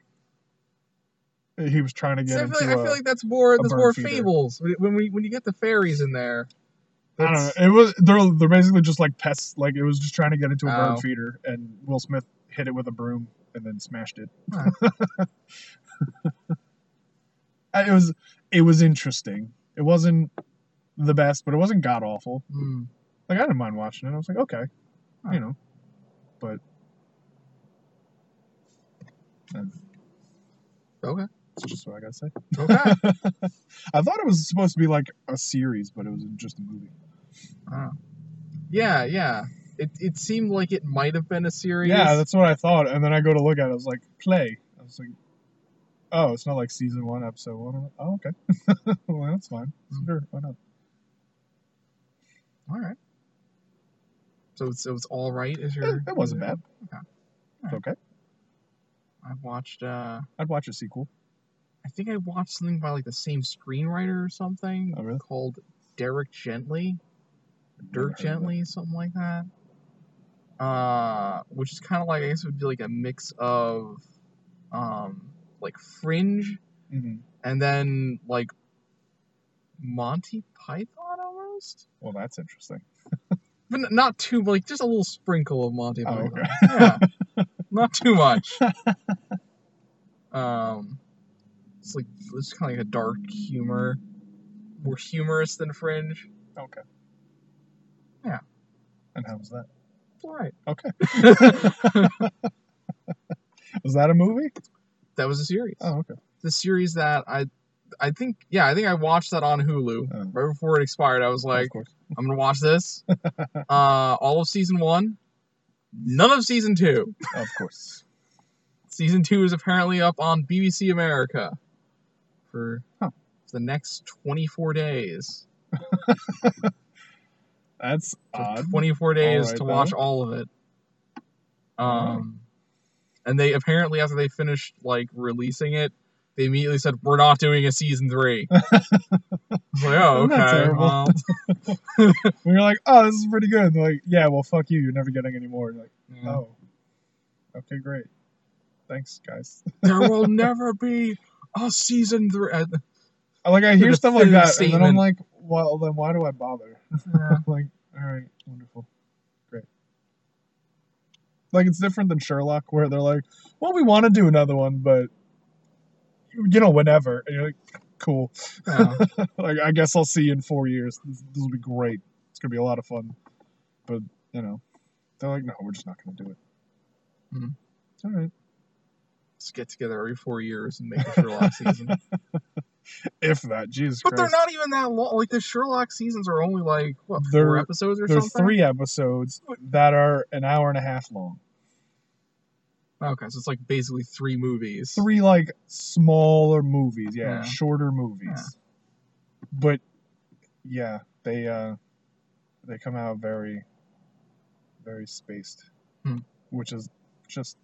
Speaker 4: he was trying to get
Speaker 5: So I, feel
Speaker 4: into
Speaker 5: like, I
Speaker 4: a-
Speaker 5: feel like that's more that's
Speaker 4: burn
Speaker 5: more
Speaker 4: feeder.
Speaker 5: fables When- when we when you get the fairies in there.
Speaker 4: I
Speaker 5: that's-
Speaker 4: don't know. It was they're they're basically just like pests. Like it was just trying to get into a bird
Speaker 5: Oh.
Speaker 4: feeder, and Will Smith hit it with a broom and then smashed it.
Speaker 5: Huh.
Speaker 4: it was it was interesting. It wasn't the best, but it wasn't god awful.
Speaker 5: Mm.
Speaker 4: Like I didn't mind watching it. I was like, okay, you know, but and
Speaker 5: Okay.
Speaker 4: that's just what I gotta say.
Speaker 5: Okay.
Speaker 4: I thought it was supposed to be like a series, but it was just a movie.
Speaker 5: yeah, yeah. It it seemed like it might have been a series.
Speaker 4: Yeah, that's what I thought. And then I go to look at it, I was like, play. I was like, oh, it's not like season one, episode one. I'm like, Oh, okay. well, that's fine.
Speaker 5: Mm.
Speaker 4: Sure, why not?
Speaker 5: all right. So it's so it's all right. Is
Speaker 4: Eh,
Speaker 5: your
Speaker 4: That wasn't bad.
Speaker 5: Okay.
Speaker 4: It's okay.
Speaker 5: I watched. uh
Speaker 4: I'd watch a sequel.
Speaker 5: I think I watched something by like the same screenwriter or something
Speaker 4: Oh, really?
Speaker 5: called Derek Gently.
Speaker 4: Never heard
Speaker 5: Dirk
Speaker 4: of it.
Speaker 5: Gently, something like that. Uh, which is kind of like I guess it would be like a mix of, um, like Fringe
Speaker 4: Mhm.
Speaker 5: and then like Monty Python almost,
Speaker 4: Well, that's interesting.
Speaker 5: but n- not too like just a little sprinkle of Monty
Speaker 4: Oh,
Speaker 5: Python.
Speaker 4: okay.
Speaker 5: Yeah, not too much. Um, it's like it's kind of like a dark humor, more humorous than Fringe.
Speaker 4: Okay.
Speaker 5: Yeah.
Speaker 4: And how was that?
Speaker 5: It's all right.
Speaker 4: Okay. was that a movie?
Speaker 5: That was a series.
Speaker 4: Oh, okay.
Speaker 5: the series that I I think yeah, I think I watched that on Hulu
Speaker 4: Oh.
Speaker 5: right before it expired. I was
Speaker 4: of
Speaker 5: like,
Speaker 4: course.
Speaker 5: I'm gonna watch this. uh all of season one, none of season two.
Speaker 4: Of course.
Speaker 5: Season two is apparently up on BBC America for
Speaker 4: Huh.
Speaker 5: the next twenty four days.
Speaker 4: That's
Speaker 5: So
Speaker 4: odd.
Speaker 5: twenty four days
Speaker 4: Alright,
Speaker 5: to
Speaker 4: though.
Speaker 5: watch all of it. Um
Speaker 4: Alright.
Speaker 5: and and they apparently after they finished like releasing it, they immediately said we're not doing a season three. I was like, oh
Speaker 4: Isn't that
Speaker 5: okay,
Speaker 4: terrible?
Speaker 5: well,
Speaker 4: We were like, oh, this is pretty good. They're like, yeah, well, fuck you. You're never getting any more. You're like,
Speaker 5: yeah.
Speaker 4: oh, okay, great. Thanks, guys.
Speaker 5: there will never be a season three. Uh,
Speaker 4: I- Like I
Speaker 5: With
Speaker 4: hear
Speaker 5: a
Speaker 4: stuff like
Speaker 5: thin
Speaker 4: that, and then I'm
Speaker 5: statement.
Speaker 4: like, well, then why do I bother?
Speaker 5: yeah.
Speaker 4: like, all right, wonderful, great. Like it's different than Sherlock, where they're like, well, we want to do another one, but you know, whenever. And you're like, cool.
Speaker 5: yeah.
Speaker 4: like I guess I'll see you in four years. This, this will be great. It's gonna be a lot of fun. But you know, they're like, no, we're just not gonna do it.
Speaker 5: Mhm.
Speaker 4: All right.
Speaker 5: Just get together every four years and make a Sherlock season.
Speaker 4: If that, Jesus
Speaker 5: But they're
Speaker 4: Christ.
Speaker 5: not even that long. Like the Sherlock seasons are only like what 4
Speaker 4: They're-
Speaker 5: episodes or
Speaker 4: There's
Speaker 5: something.
Speaker 4: three episodes that are an hour and a half long.
Speaker 5: Okay, so it's like basically three movies.
Speaker 4: Three like smaller movies, yeah,
Speaker 5: Yeah.
Speaker 4: shorter movies. But yeah, they uh they come out very very spaced,
Speaker 5: Hmm.
Speaker 4: which is just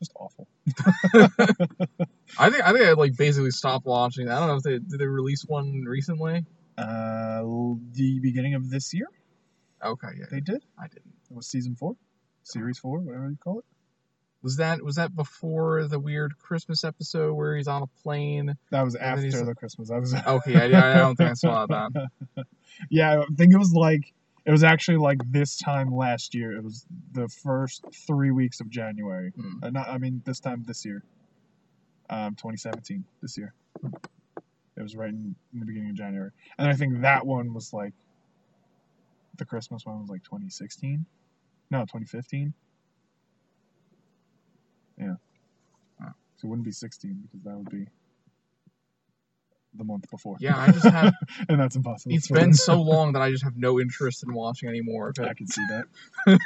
Speaker 4: just awful.
Speaker 5: I think I think I like basically stopped watching. that. I don't know if they did they release one recently.
Speaker 4: Uh, l- the beginning of this year,
Speaker 5: Okay, yeah,
Speaker 4: they did.
Speaker 5: I didn't.
Speaker 4: It was season four, series four, whatever you call it.
Speaker 5: Was that was that before the weird Christmas episode where he's on a plane?
Speaker 4: That was
Speaker 5: then he's-
Speaker 4: after the Christmas. That was.
Speaker 5: Okay, I, I don't think I saw that.
Speaker 4: yeah, I think it was like it was actually like this time last year. It was the first three weeks of January.
Speaker 5: Hmm.
Speaker 4: Uh, not, I mean, this time this year, um, 2017. This year, it was right in, in the beginning of January, and I think that one was like the Christmas one was like 2016. No, 2015. Yeah. Uh,
Speaker 5: Wow.
Speaker 4: So it wouldn't be 16 because that would be the month before.
Speaker 5: Yeah, I just have.
Speaker 4: and that's impossible.
Speaker 5: It's
Speaker 4: for
Speaker 5: been
Speaker 4: them.
Speaker 5: so long that I just have no interest in watching anymore.
Speaker 4: I
Speaker 5: But
Speaker 4: can see that. I can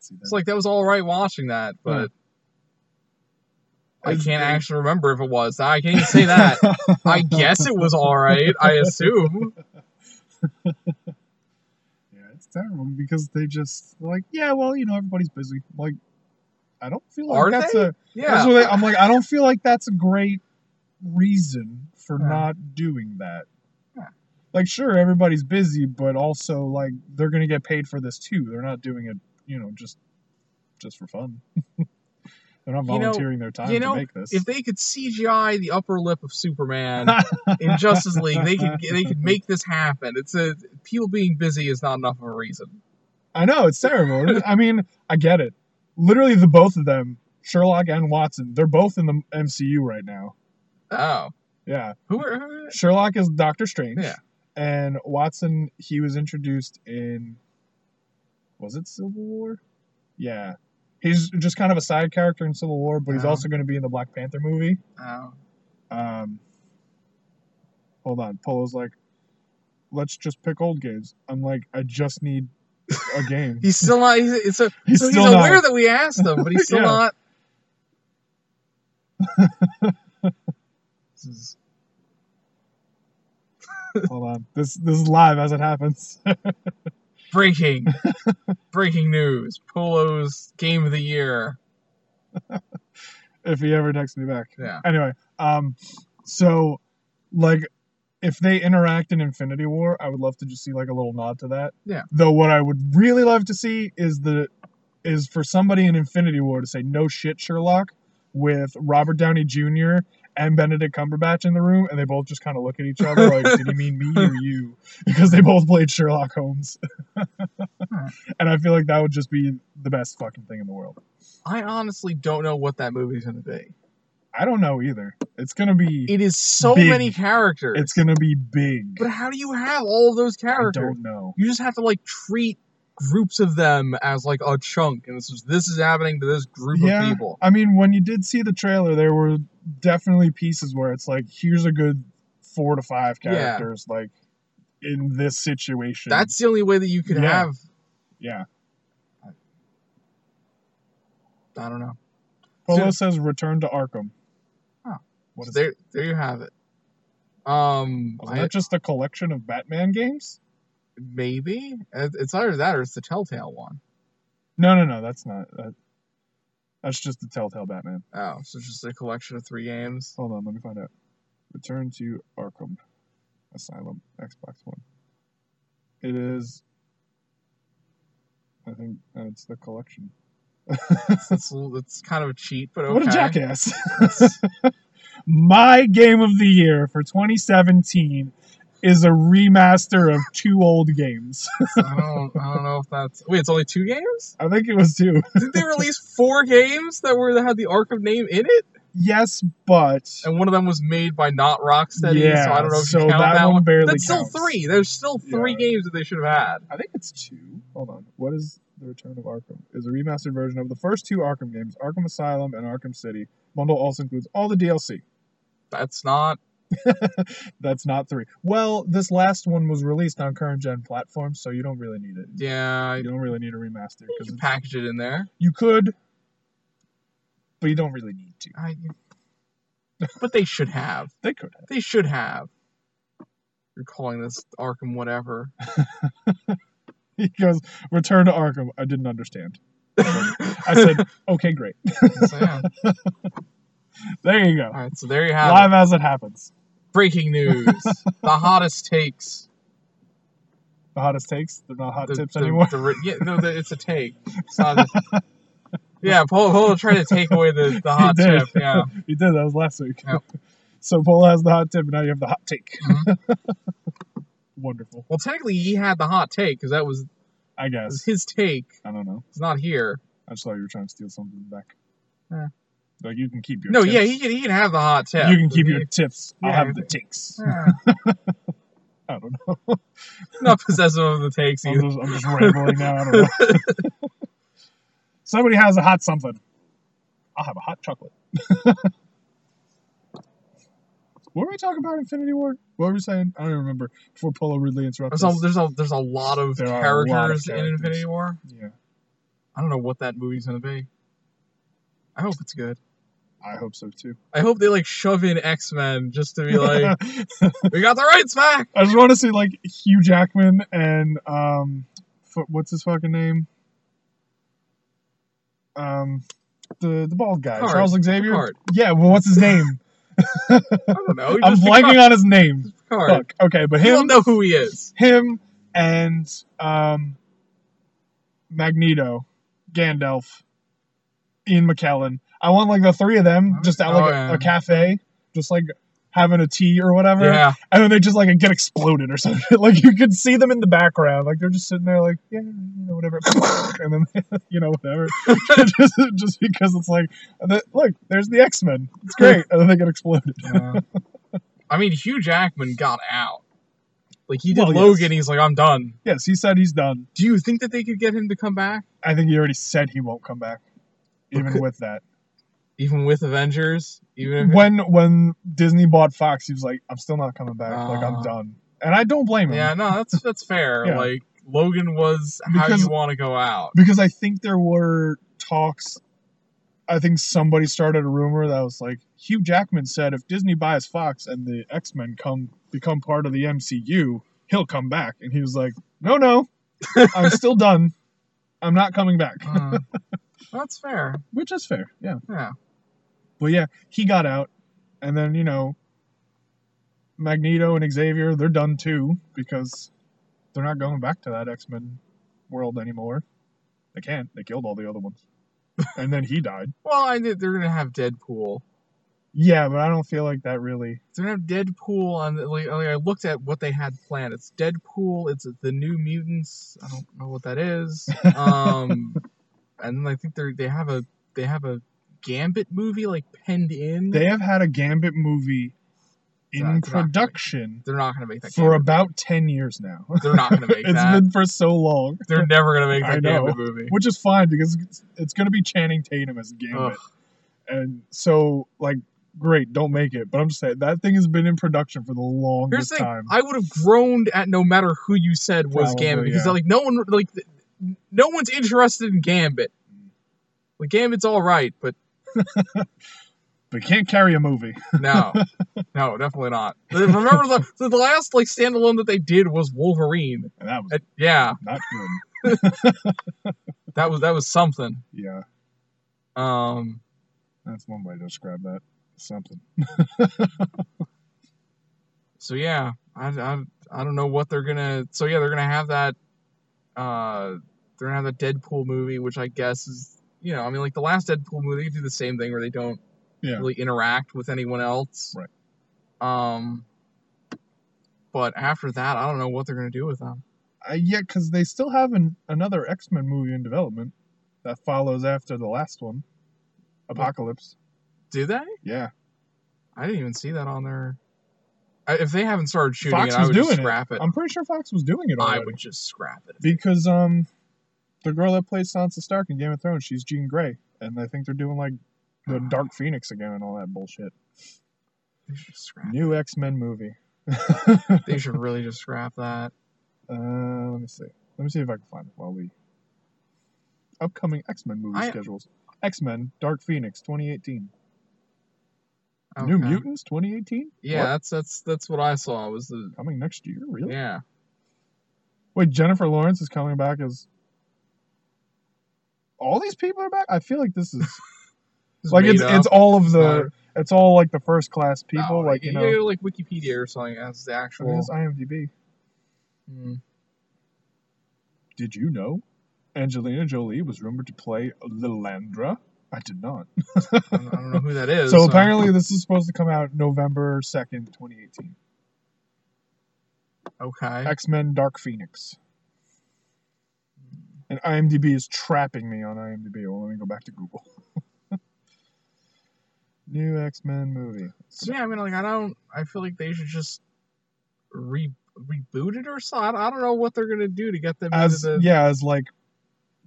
Speaker 4: see that.
Speaker 5: it's like that was all right watching that,
Speaker 4: Hmm.
Speaker 5: but I
Speaker 4: It's-
Speaker 5: can't actually remember if it was. I can't even say that. I guess it was all right. I assume.
Speaker 4: Yeah, it's terrible because they just like, yeah, well, you know, everybody's busy. Like, I don't feel like
Speaker 5: Are
Speaker 4: that's
Speaker 5: they?
Speaker 4: a.
Speaker 5: Yeah.
Speaker 4: that's what I- I'm like, I don't feel like that's a great reason for
Speaker 5: Yeah.
Speaker 4: not doing that.
Speaker 5: Yeah.
Speaker 4: Like, sure, everybody's busy, but also like they're gonna get paid for this too. They're not doing it, you know, just just for fun. they're not
Speaker 5: You know-
Speaker 4: volunteering their time
Speaker 5: you know,
Speaker 4: to make this.
Speaker 5: if they could CGI the upper lip of Superman in Justice League, they could they could make this happen. It's a people being busy is not enough of a reason.
Speaker 4: I know it's terrible. I mean, I get it. Literally, the both of them, Sherlock and Watson, they're both in the MCU right now.
Speaker 5: Oh,
Speaker 4: Yeah,
Speaker 5: who are? Who are
Speaker 4: Sherlock is Doctor Strange.
Speaker 5: Yeah.
Speaker 4: and Watson, he was introduced in, was it Civil War? Yeah, he's just kind of a side character in Civil War, but he's
Speaker 5: Oh.
Speaker 4: also going to be in the Black Panther movie.
Speaker 5: oh,
Speaker 4: Um, hold on, Polo's like, let's just pick old games. I'm like, I just need a game.
Speaker 5: he's still not. He's, it's a,
Speaker 4: He's
Speaker 5: so
Speaker 4: still
Speaker 5: he's
Speaker 4: not-
Speaker 5: aware that we asked him, but he's still
Speaker 4: Yeah.
Speaker 5: not. This is-
Speaker 4: Hold on. This this is live as it happens.
Speaker 5: breaking, breaking news: Polo's game of the year.
Speaker 4: if he ever texts me back.
Speaker 5: Yeah.
Speaker 4: Anyway, um so like if they interact in Infinity War, I would love to just see like a little nod to that.
Speaker 5: Yeah.
Speaker 4: Though what I would really love to see is the is for somebody in Infinity War to say no shit Sherlock with Robert Downey Jr. and Benedict Cumberbatch in the room and they both just kind of look at each other like did he mean me or you because they both played Sherlock Holmes.
Speaker 5: Hmm.
Speaker 4: and I feel like that would just be the best fucking thing in the world.
Speaker 5: I honestly don't know what that movie's going to be.
Speaker 4: I don't know either. It's gonna be
Speaker 5: It is so
Speaker 4: Big.
Speaker 5: many characters.
Speaker 4: it's gonna be big.
Speaker 5: But how do you have all of those
Speaker 4: I
Speaker 5: characters?
Speaker 4: don't know.
Speaker 5: You just have to like treat groups of them as like a chunk, and this is this is happening to this group
Speaker 4: Yeah,
Speaker 5: of people.
Speaker 4: I mean, when you did see the trailer, there were definitely pieces where it's like, here's a good four to five
Speaker 5: Yeah.
Speaker 4: characters, like in this situation.
Speaker 5: That's the only way that you can
Speaker 4: Mm. Yeah.
Speaker 5: have.
Speaker 4: yeah.
Speaker 5: I don't know.
Speaker 4: Polo
Speaker 5: So-
Speaker 4: says return to Arkham.
Speaker 5: Oh.
Speaker 4: What is
Speaker 5: there, there you have it. Um,
Speaker 4: Is
Speaker 5: I-
Speaker 4: that just a collection of Batman games?
Speaker 5: maybe It- it's either that or it's the Telltale one.
Speaker 4: No, no, no. That's not. That, That's just the Telltale Batman.
Speaker 5: Oh, so it's just a collection of three games.
Speaker 4: Hold on, let me find out. Return to Arkham Asylum, Xbox One. It is. I think uh, it's the collection.
Speaker 5: That's a little, that's kind of a cheat, but okay.
Speaker 4: What a jackass! My game of the year for 2017 is a remaster of two old games.
Speaker 5: I don't, I don't know if that's. Wait, it's only two games?
Speaker 4: I think it was two.
Speaker 5: Did they release four games that were that had the Arkham name in it?
Speaker 4: Yes, but
Speaker 5: And one of them was made by not Rocksteady, so I don't know if
Speaker 4: so
Speaker 5: you count
Speaker 4: that, one barely
Speaker 5: That's
Speaker 4: counts.
Speaker 5: still three. There's still three
Speaker 4: Yeah.
Speaker 5: games that they should have had.
Speaker 4: I think it's two. Hold on. What is the Return of Arkham? Is a remastered version of the first two Arkham games, Arkham Asylum and Arkham City. Bundle also includes all the DLC.
Speaker 5: That's not.
Speaker 4: That's not three. Well, this last one was released on current gen platforms, so you don't really need it.
Speaker 5: Yeah,
Speaker 4: You don't really need a remaster
Speaker 5: you
Speaker 4: because
Speaker 5: can package it in there.
Speaker 4: you could, but you don't really need to.
Speaker 5: I, but they should have.
Speaker 4: They could have.
Speaker 5: They should have. You're calling this Arkham whatever.
Speaker 4: He goes, "Return to Arkham." I didn't understand. I said, "Okay, great."
Speaker 5: so, yeah.
Speaker 4: There you go.
Speaker 5: All right, so there you have it.
Speaker 4: Live as it happens.
Speaker 5: Breaking news. the hottest takes.
Speaker 4: The hottest takes. They're not hot
Speaker 5: The-
Speaker 4: tips
Speaker 5: the-
Speaker 4: anymore.
Speaker 5: the ri- yeah, no, the, it's a take. It's not a- yeah, Polo, Polo tried to take away the, the hot
Speaker 4: did.
Speaker 5: tip. Yeah.
Speaker 4: You did. That was last week.
Speaker 5: Yep.
Speaker 4: so Paul has the hot tip, and now you have the hot take.
Speaker 5: Mhm.
Speaker 4: Wonderful.
Speaker 5: Well, technically, he had the hot take because that was,
Speaker 4: I
Speaker 5: that was
Speaker 4: guess.
Speaker 5: his take.
Speaker 4: I don't know.
Speaker 5: It's not here.
Speaker 4: I just thought you were trying to steal something back.
Speaker 5: Yeah.
Speaker 4: Like you can keep your
Speaker 5: No,
Speaker 4: tips.
Speaker 5: yeah, he can, he can have the hot tip.
Speaker 4: you can keep
Speaker 5: He-
Speaker 4: your tips. I'll
Speaker 5: Yeah.
Speaker 4: have the takes.
Speaker 5: Yeah.
Speaker 4: I don't know.
Speaker 5: not possessive of the takes
Speaker 4: I'm
Speaker 5: either.
Speaker 4: just, I'm just rambling now. I don't know. Somebody has a hot something. I'll have a hot chocolate. what were we talking about? Infinity War? What were we saying? I don't even remember. Before Polo rudely interrupted.
Speaker 5: There's a,
Speaker 4: us.
Speaker 5: there's a there's a lot of
Speaker 4: There are a
Speaker 5: characters
Speaker 4: lot of
Speaker 5: in
Speaker 4: characters.
Speaker 5: Infinity War.
Speaker 4: Yeah.
Speaker 5: I don't know what that movie's gonna be. I hope it's good.
Speaker 4: I hope so too.
Speaker 5: I hope they like shove in X Men just to be like, we got the rights back.
Speaker 4: I just want to see like Hugh Jackman and um, f- what's his fucking name? Um, the the bald guy,
Speaker 5: Picard.
Speaker 4: Charles Xavier.
Speaker 5: Picard.
Speaker 4: Yeah, well, what's his name?
Speaker 5: I don't know.
Speaker 4: I'm blanking on his name.
Speaker 5: Picard.
Speaker 4: Fuck. Okay, but
Speaker 5: You don't
Speaker 4: him,
Speaker 5: know who he is.
Speaker 4: him, and um, Magneto, Gandalf, Ian McKellen. I want like the three of them just at like
Speaker 5: Oh,
Speaker 4: a,
Speaker 5: yeah.
Speaker 4: a cafe, just like having a tea or whatever
Speaker 5: Yeah.
Speaker 4: and then they just like get exploded or something. like you could see them in the background, like they're just sitting there, like yeah, you know, whatever, and then you know, whatever, just, just because it's like, the- look, there's the X Men, it's great, and then they get exploded.
Speaker 5: Yeah. I mean, Hugh Jackman got out. Like he did
Speaker 4: Well, yes.
Speaker 5: Logan. He's like, I'm done.
Speaker 4: Yes, he said he's done.
Speaker 5: Do you think that they could get him to come back,
Speaker 4: I think he already said he won't come back, even
Speaker 5: Okay.
Speaker 4: with that.
Speaker 5: even with Avengers? Even if
Speaker 4: When when Disney bought Fox, he was like, I'm still not coming back, like I'm
Speaker 5: Ah.
Speaker 4: done, and I don't blame him.
Speaker 5: yeah, no, that's that's fair.
Speaker 4: Yeah.
Speaker 5: Like Logan was how
Speaker 4: Because-
Speaker 5: you want to go out.
Speaker 4: because I think there were talks. I think somebody started a rumor that was like Hugh Jackman said if Disney buys Fox and the X Men come become part of the MCU, he'll come back. And he was like, No, no, I'm still done. I'm not coming back,
Speaker 5: Uh, that's fair.
Speaker 4: which is fair. Yeah,
Speaker 5: Yeah.
Speaker 4: but yeah, he got out, and then you know, Magneto and Xavier, they're done too because they're not going back to that X Men world anymore. They can't. They killed all the other ones, and then he died.
Speaker 5: Well, I did, they're gonna have Deadpool.
Speaker 4: Yeah, but I don't feel like that really.
Speaker 5: They're gonna have Deadpool on. The, like, like, I looked at what they had planned. It's Deadpool. It's the New Mutants. I don't know what that is. Um, and I think they they have a they have a Gambit movie like penned in.
Speaker 4: They have had a Gambit movie in
Speaker 5: Exactly.
Speaker 4: production
Speaker 5: are not gonna make that.
Speaker 4: for
Speaker 5: Gambit.
Speaker 4: about 10 years now.
Speaker 5: they're not gonna make
Speaker 4: It's
Speaker 5: that.
Speaker 4: been for so long,
Speaker 5: They're never gonna make
Speaker 4: I
Speaker 5: that
Speaker 4: know.
Speaker 5: Gambit movie.
Speaker 4: which is fine because it's, it's going to be Channing Tatum as Gambit.
Speaker 5: Ugh.
Speaker 4: And so, like, great, don't make it. But I'm just saying, that thing has been in production for the
Speaker 5: Here's
Speaker 4: longest
Speaker 5: the thing:
Speaker 4: time.
Speaker 5: I would have groaned at no matter who you said was
Speaker 4: Probably,
Speaker 5: Gambit because
Speaker 4: yeah.
Speaker 5: like no one like th- no one's interested in Gambit. Like Gambit's all right, but
Speaker 4: But can't carry a movie.
Speaker 5: no, no, definitely not. Remember the the the last like standalone that they did was Wolverine.
Speaker 4: And that was
Speaker 5: Uh, yeah,
Speaker 4: not good.
Speaker 5: that was that was something.
Speaker 4: Yeah.
Speaker 5: Um,
Speaker 4: That's one way to describe that. Something.
Speaker 5: so yeah, I, I, I don't know what they're gonna. So yeah, they're gonna have that. Uh, they're gonna have that Deadpool movie, which I guess is you know, I mean, like the last Deadpool movie, they do the same thing where they don't
Speaker 4: Yeah.
Speaker 5: really interact with anyone else.
Speaker 4: Right.
Speaker 5: Um. But after that, I don't know what they're gonna do with them.
Speaker 4: Uh, yeah, because they still have an, another X Men movie in development that follows after the last one, Apocalypse.
Speaker 5: Do they?
Speaker 4: Yeah,
Speaker 5: I didn't even see that on their. I, if they haven't started shooting
Speaker 4: Fox
Speaker 5: it, I
Speaker 4: was
Speaker 5: would just
Speaker 4: doing it.
Speaker 5: scrap it.
Speaker 4: I'm pretty sure Fox was doing it
Speaker 5: I
Speaker 4: already.
Speaker 5: would just scrap it.
Speaker 4: Because um, the girl that plays Sansa Stark in Game of Thrones, she's Jean Grey, and I think they're doing like the
Speaker 5: Hmm.
Speaker 4: Dark Phoenix again and all that bullshit.
Speaker 5: They should just scrap.
Speaker 4: New X Men movie.
Speaker 5: they should really just scrap that.
Speaker 4: Uh, let me see. Let me see if I can find it while we. Upcoming X Men movie
Speaker 5: I-
Speaker 4: schedules. X Men Dark Phoenix 2018. New
Speaker 5: Okay.
Speaker 4: Mutants 2018?
Speaker 5: Yeah,
Speaker 4: What?
Speaker 5: that's that's that's what I saw. Was the
Speaker 4: Coming next year? Really?
Speaker 5: yeah
Speaker 4: Wait, Jennifer Lawrence is coming back as. All these people are back? I feel like this is.
Speaker 5: Just
Speaker 4: like,
Speaker 5: made
Speaker 4: it's,
Speaker 5: up.
Speaker 4: it's all of the.
Speaker 5: No.
Speaker 4: It's all like the first class people.
Speaker 5: No,
Speaker 4: like, you know.
Speaker 5: go to, like Wikipedia or something as the
Speaker 4: I mean,
Speaker 5: actual.
Speaker 4: it's IMDb.
Speaker 5: Mm.
Speaker 4: Did you know? Angelina Jolie was rumored to play Lilandra. I did not.
Speaker 5: hmm, I don't I don't know who that is.
Speaker 4: So apparently, this is supposed to come out November 2nd, 2018.
Speaker 5: okay.
Speaker 4: X Men Dark Phoenix. And IMDb is trapping me on IMDb. Well, let me go back to Google. New X Men movie.
Speaker 5: So yeah, I mean, like I don't. I feel like they should just re reboot it or something. I don't know what they're gonna do to get them
Speaker 4: As
Speaker 5: into the
Speaker 4: yeah, as like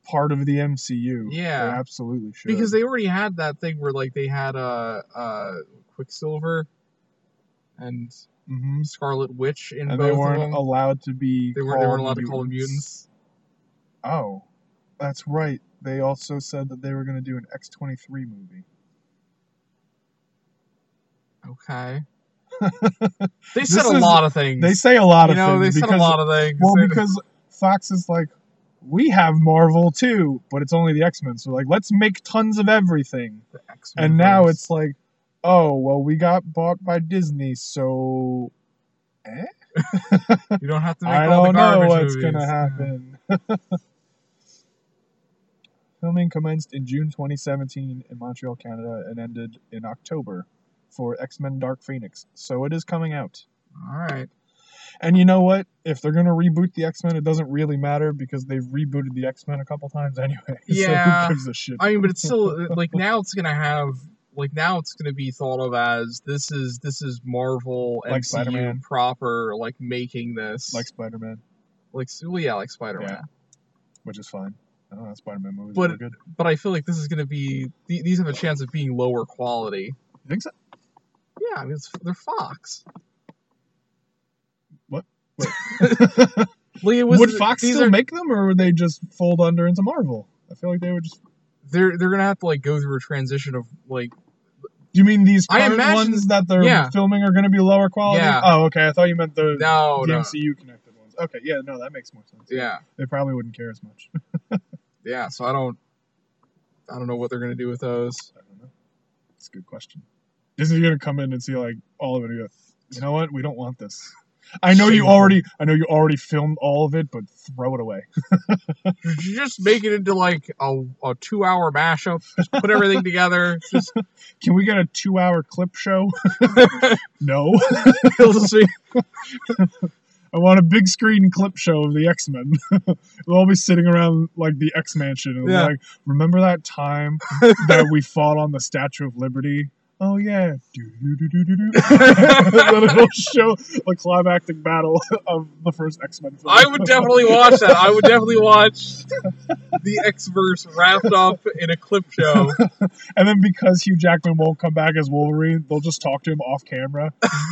Speaker 4: part of the MCU.
Speaker 5: Yeah.
Speaker 4: They absolutely should.
Speaker 5: because they already had that thing where like they had uh uh Quicksilver and
Speaker 4: hmm
Speaker 5: Scarlet Witch in
Speaker 4: and
Speaker 5: both
Speaker 4: they
Speaker 5: of
Speaker 4: weren't
Speaker 5: them.
Speaker 4: allowed to be.
Speaker 5: they weren't they weren't
Speaker 4: called
Speaker 5: allowed to call them mutants.
Speaker 4: Oh, that's right. They also said that they were going to do an X twenty three movie.
Speaker 5: Okay. They
Speaker 4: This
Speaker 5: said a
Speaker 4: is-
Speaker 5: lot of things.
Speaker 4: They say a lot
Speaker 5: you
Speaker 4: of
Speaker 5: know,
Speaker 4: things
Speaker 5: they said a
Speaker 4: because
Speaker 5: lot of things.
Speaker 4: Well,
Speaker 5: They-
Speaker 4: because Fox is like, we have Marvel too, but it's only the X Men. So like, let's make tons of everything.
Speaker 5: the X-Men
Speaker 4: And now
Speaker 5: films.
Speaker 4: it's like, oh well, we got bought by Disney, so
Speaker 5: you don't have to make
Speaker 4: I
Speaker 5: all the
Speaker 4: don't know
Speaker 5: garbage
Speaker 4: what's
Speaker 5: movies.
Speaker 4: gonna happen. Filming commenced in June 2017 in Montreal, Canada, and ended in October for X Men Dark Phoenix. So it is coming out.
Speaker 5: All right.
Speaker 4: And you know what? If they're gonna reboot the X Men, it doesn't really matter because they've rebooted the X Men a couple times anyway.
Speaker 5: Yeah.
Speaker 4: So who gives a shit?
Speaker 5: I mean, but it's still uh, like now it's gonna have like now it's gonna be thought of as this is this is Marvel
Speaker 4: Like
Speaker 5: MCU
Speaker 4: Spider-Man.
Speaker 5: proper like making this
Speaker 4: Like Spider Man,
Speaker 5: like s- well, yeah like Spider Man.
Speaker 4: which is fine. I don't know, Spider Man movies
Speaker 5: But-
Speaker 4: are good.
Speaker 5: But I feel like this is gonna be th- these have a chance of being lower quality.
Speaker 4: You think so?
Speaker 5: Yeah, I mean it's, they're Fox. Like, it was,
Speaker 4: Would Fox
Speaker 5: these
Speaker 4: still
Speaker 5: are-
Speaker 4: make them or would they just fold under into Marvel? I feel like they would just
Speaker 5: They're they're gonna have to like go through a transition of like
Speaker 4: You mean these
Speaker 5: I
Speaker 4: current
Speaker 5: imagine-
Speaker 4: ones that they're
Speaker 5: yeah.
Speaker 4: filming are gonna be lower quality?
Speaker 5: Yeah.
Speaker 4: Oh, okay. I thought you meant the,
Speaker 5: no
Speaker 4: the
Speaker 5: no
Speaker 4: MCU connected ones. Okay, yeah, no, that makes more sense.
Speaker 5: yeah
Speaker 4: They probably wouldn't care as much.
Speaker 5: yeah, so I don't I don't know what they're gonna do with those.
Speaker 4: I don't know. It's a good question. Disney's gonna come in and see like all of it and go, you know what? We don't want this. I know you
Speaker 5: Shameful.
Speaker 4: already I know you already filmed all of it, but throw it away.
Speaker 5: Should you just make it into like a, a two hour mashup? Just put everything together. Just
Speaker 4: Can we get a two hour clip show? no.
Speaker 5: it'll just be
Speaker 4: I want a big screen clip show of the X Men. we'll all be sitting around like the X Mansion and we'll be
Speaker 5: Yeah.
Speaker 4: like, remember that time that we fought on the Statue of Liberty? Oh yeah. Do-do-do-do-do-do. then it'll show the climactic battle of the first X Men film.
Speaker 5: I would definitely watch that. I would definitely watch the X verse wrapped up in a clip show.
Speaker 4: And then because Hugh Jackman won't come back as Wolverine, they'll just talk to him off camera.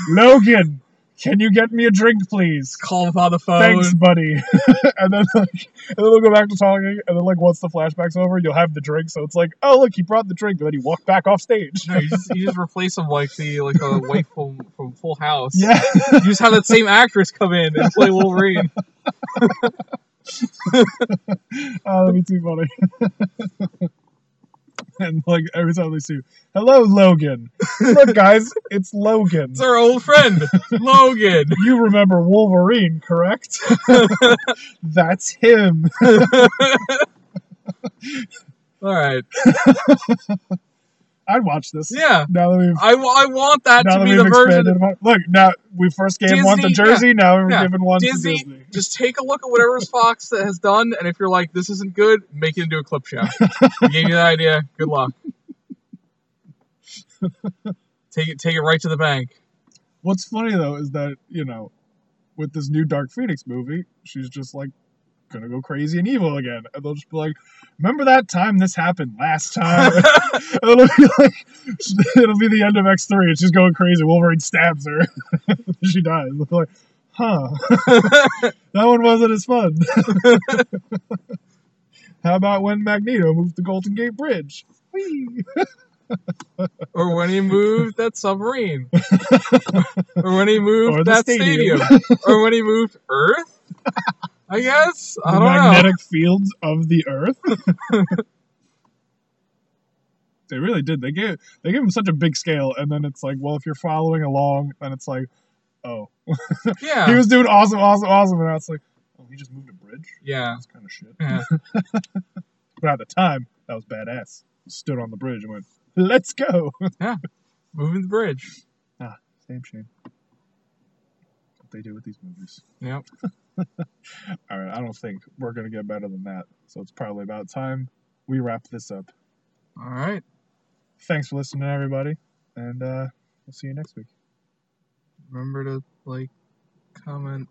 Speaker 4: Logan, can you get me a drink, please?
Speaker 5: Call him on the phone.
Speaker 4: Thanks, buddy. and then like, and then they'll go back to talking, and then like once the flashback's over, you'll have the drink. So it's like, oh look, he brought the drink, but then he walked back off stage.
Speaker 5: No, you just, you just replace him like the like a wife from, from Full House.
Speaker 4: Yeah,
Speaker 5: You just have that same actress come in and play Wolverine.
Speaker 4: Uh, oh, that'd be too funny. and like every time they see, hello Logan. Look, guys, it's Logan.
Speaker 5: It's our old friend, Logan.
Speaker 4: You remember Wolverine, correct? That's him.
Speaker 5: All right.
Speaker 4: I'd watch this.
Speaker 5: Yeah.
Speaker 4: Now that we've
Speaker 5: I, w- I want that
Speaker 4: now
Speaker 5: to
Speaker 4: that
Speaker 5: be
Speaker 4: we've
Speaker 5: the
Speaker 4: expanded
Speaker 5: version.
Speaker 4: upon- Look, now we first gave one to
Speaker 5: Disney,
Speaker 4: Jersey. Now we're
Speaker 5: yeah.
Speaker 4: giving one
Speaker 5: Disney.
Speaker 4: to Disney.
Speaker 5: Just take a look at whatever's Fox that has done, and if you're like, this isn't good, make it into a clip show. we gave you that idea. Good luck. Take it, take it right to the bank.
Speaker 4: What's funny though is that you know, with this new Dark Phoenix movie, she's just like gonna go crazy and evil again, and they'll just be like, "Remember that time this happened last time?" And it'll be like, it'll be the end of X three, and she's going crazy. Wolverine stabs her, she dies. They'll be like, huh, that one wasn't as fun. How about when Magneto moved the Golden Gate Bridge? Whee!
Speaker 5: or when he moved that submarine, or when he moved
Speaker 4: Or the
Speaker 5: that stadium.
Speaker 4: stadium.
Speaker 5: or when he moved Earth. I guess I
Speaker 4: the
Speaker 5: don't
Speaker 4: magnetic fields of the earth. they really did. They gave they gave him such a big scale, and then it's like, well, if you're following along, then it's like, oh,
Speaker 5: know. Yeah,
Speaker 4: he was doing awesome, awesome, awesome, and I was like, oh, he just moved a bridge.
Speaker 5: yeah,
Speaker 4: That's kind of shit.
Speaker 5: yeah.
Speaker 4: But at the time, that was badass. He stood on the bridge and went, let's go.
Speaker 5: Moving the bridge.
Speaker 4: Same shame. What they do with these movies.
Speaker 5: Yep.
Speaker 4: All right, I don't think we're gonna get better than that. So it's probably about time we wrap this up.
Speaker 5: All right.
Speaker 4: thanks for listening, everybody, and uh, we'll see you next week.
Speaker 5: Remember to like, comment,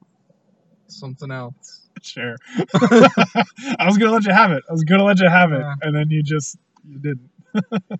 Speaker 5: something else.
Speaker 4: Sure. I was gonna let you have it. I was gonna let you have it,
Speaker 5: Yeah.
Speaker 4: and then you just you didn't.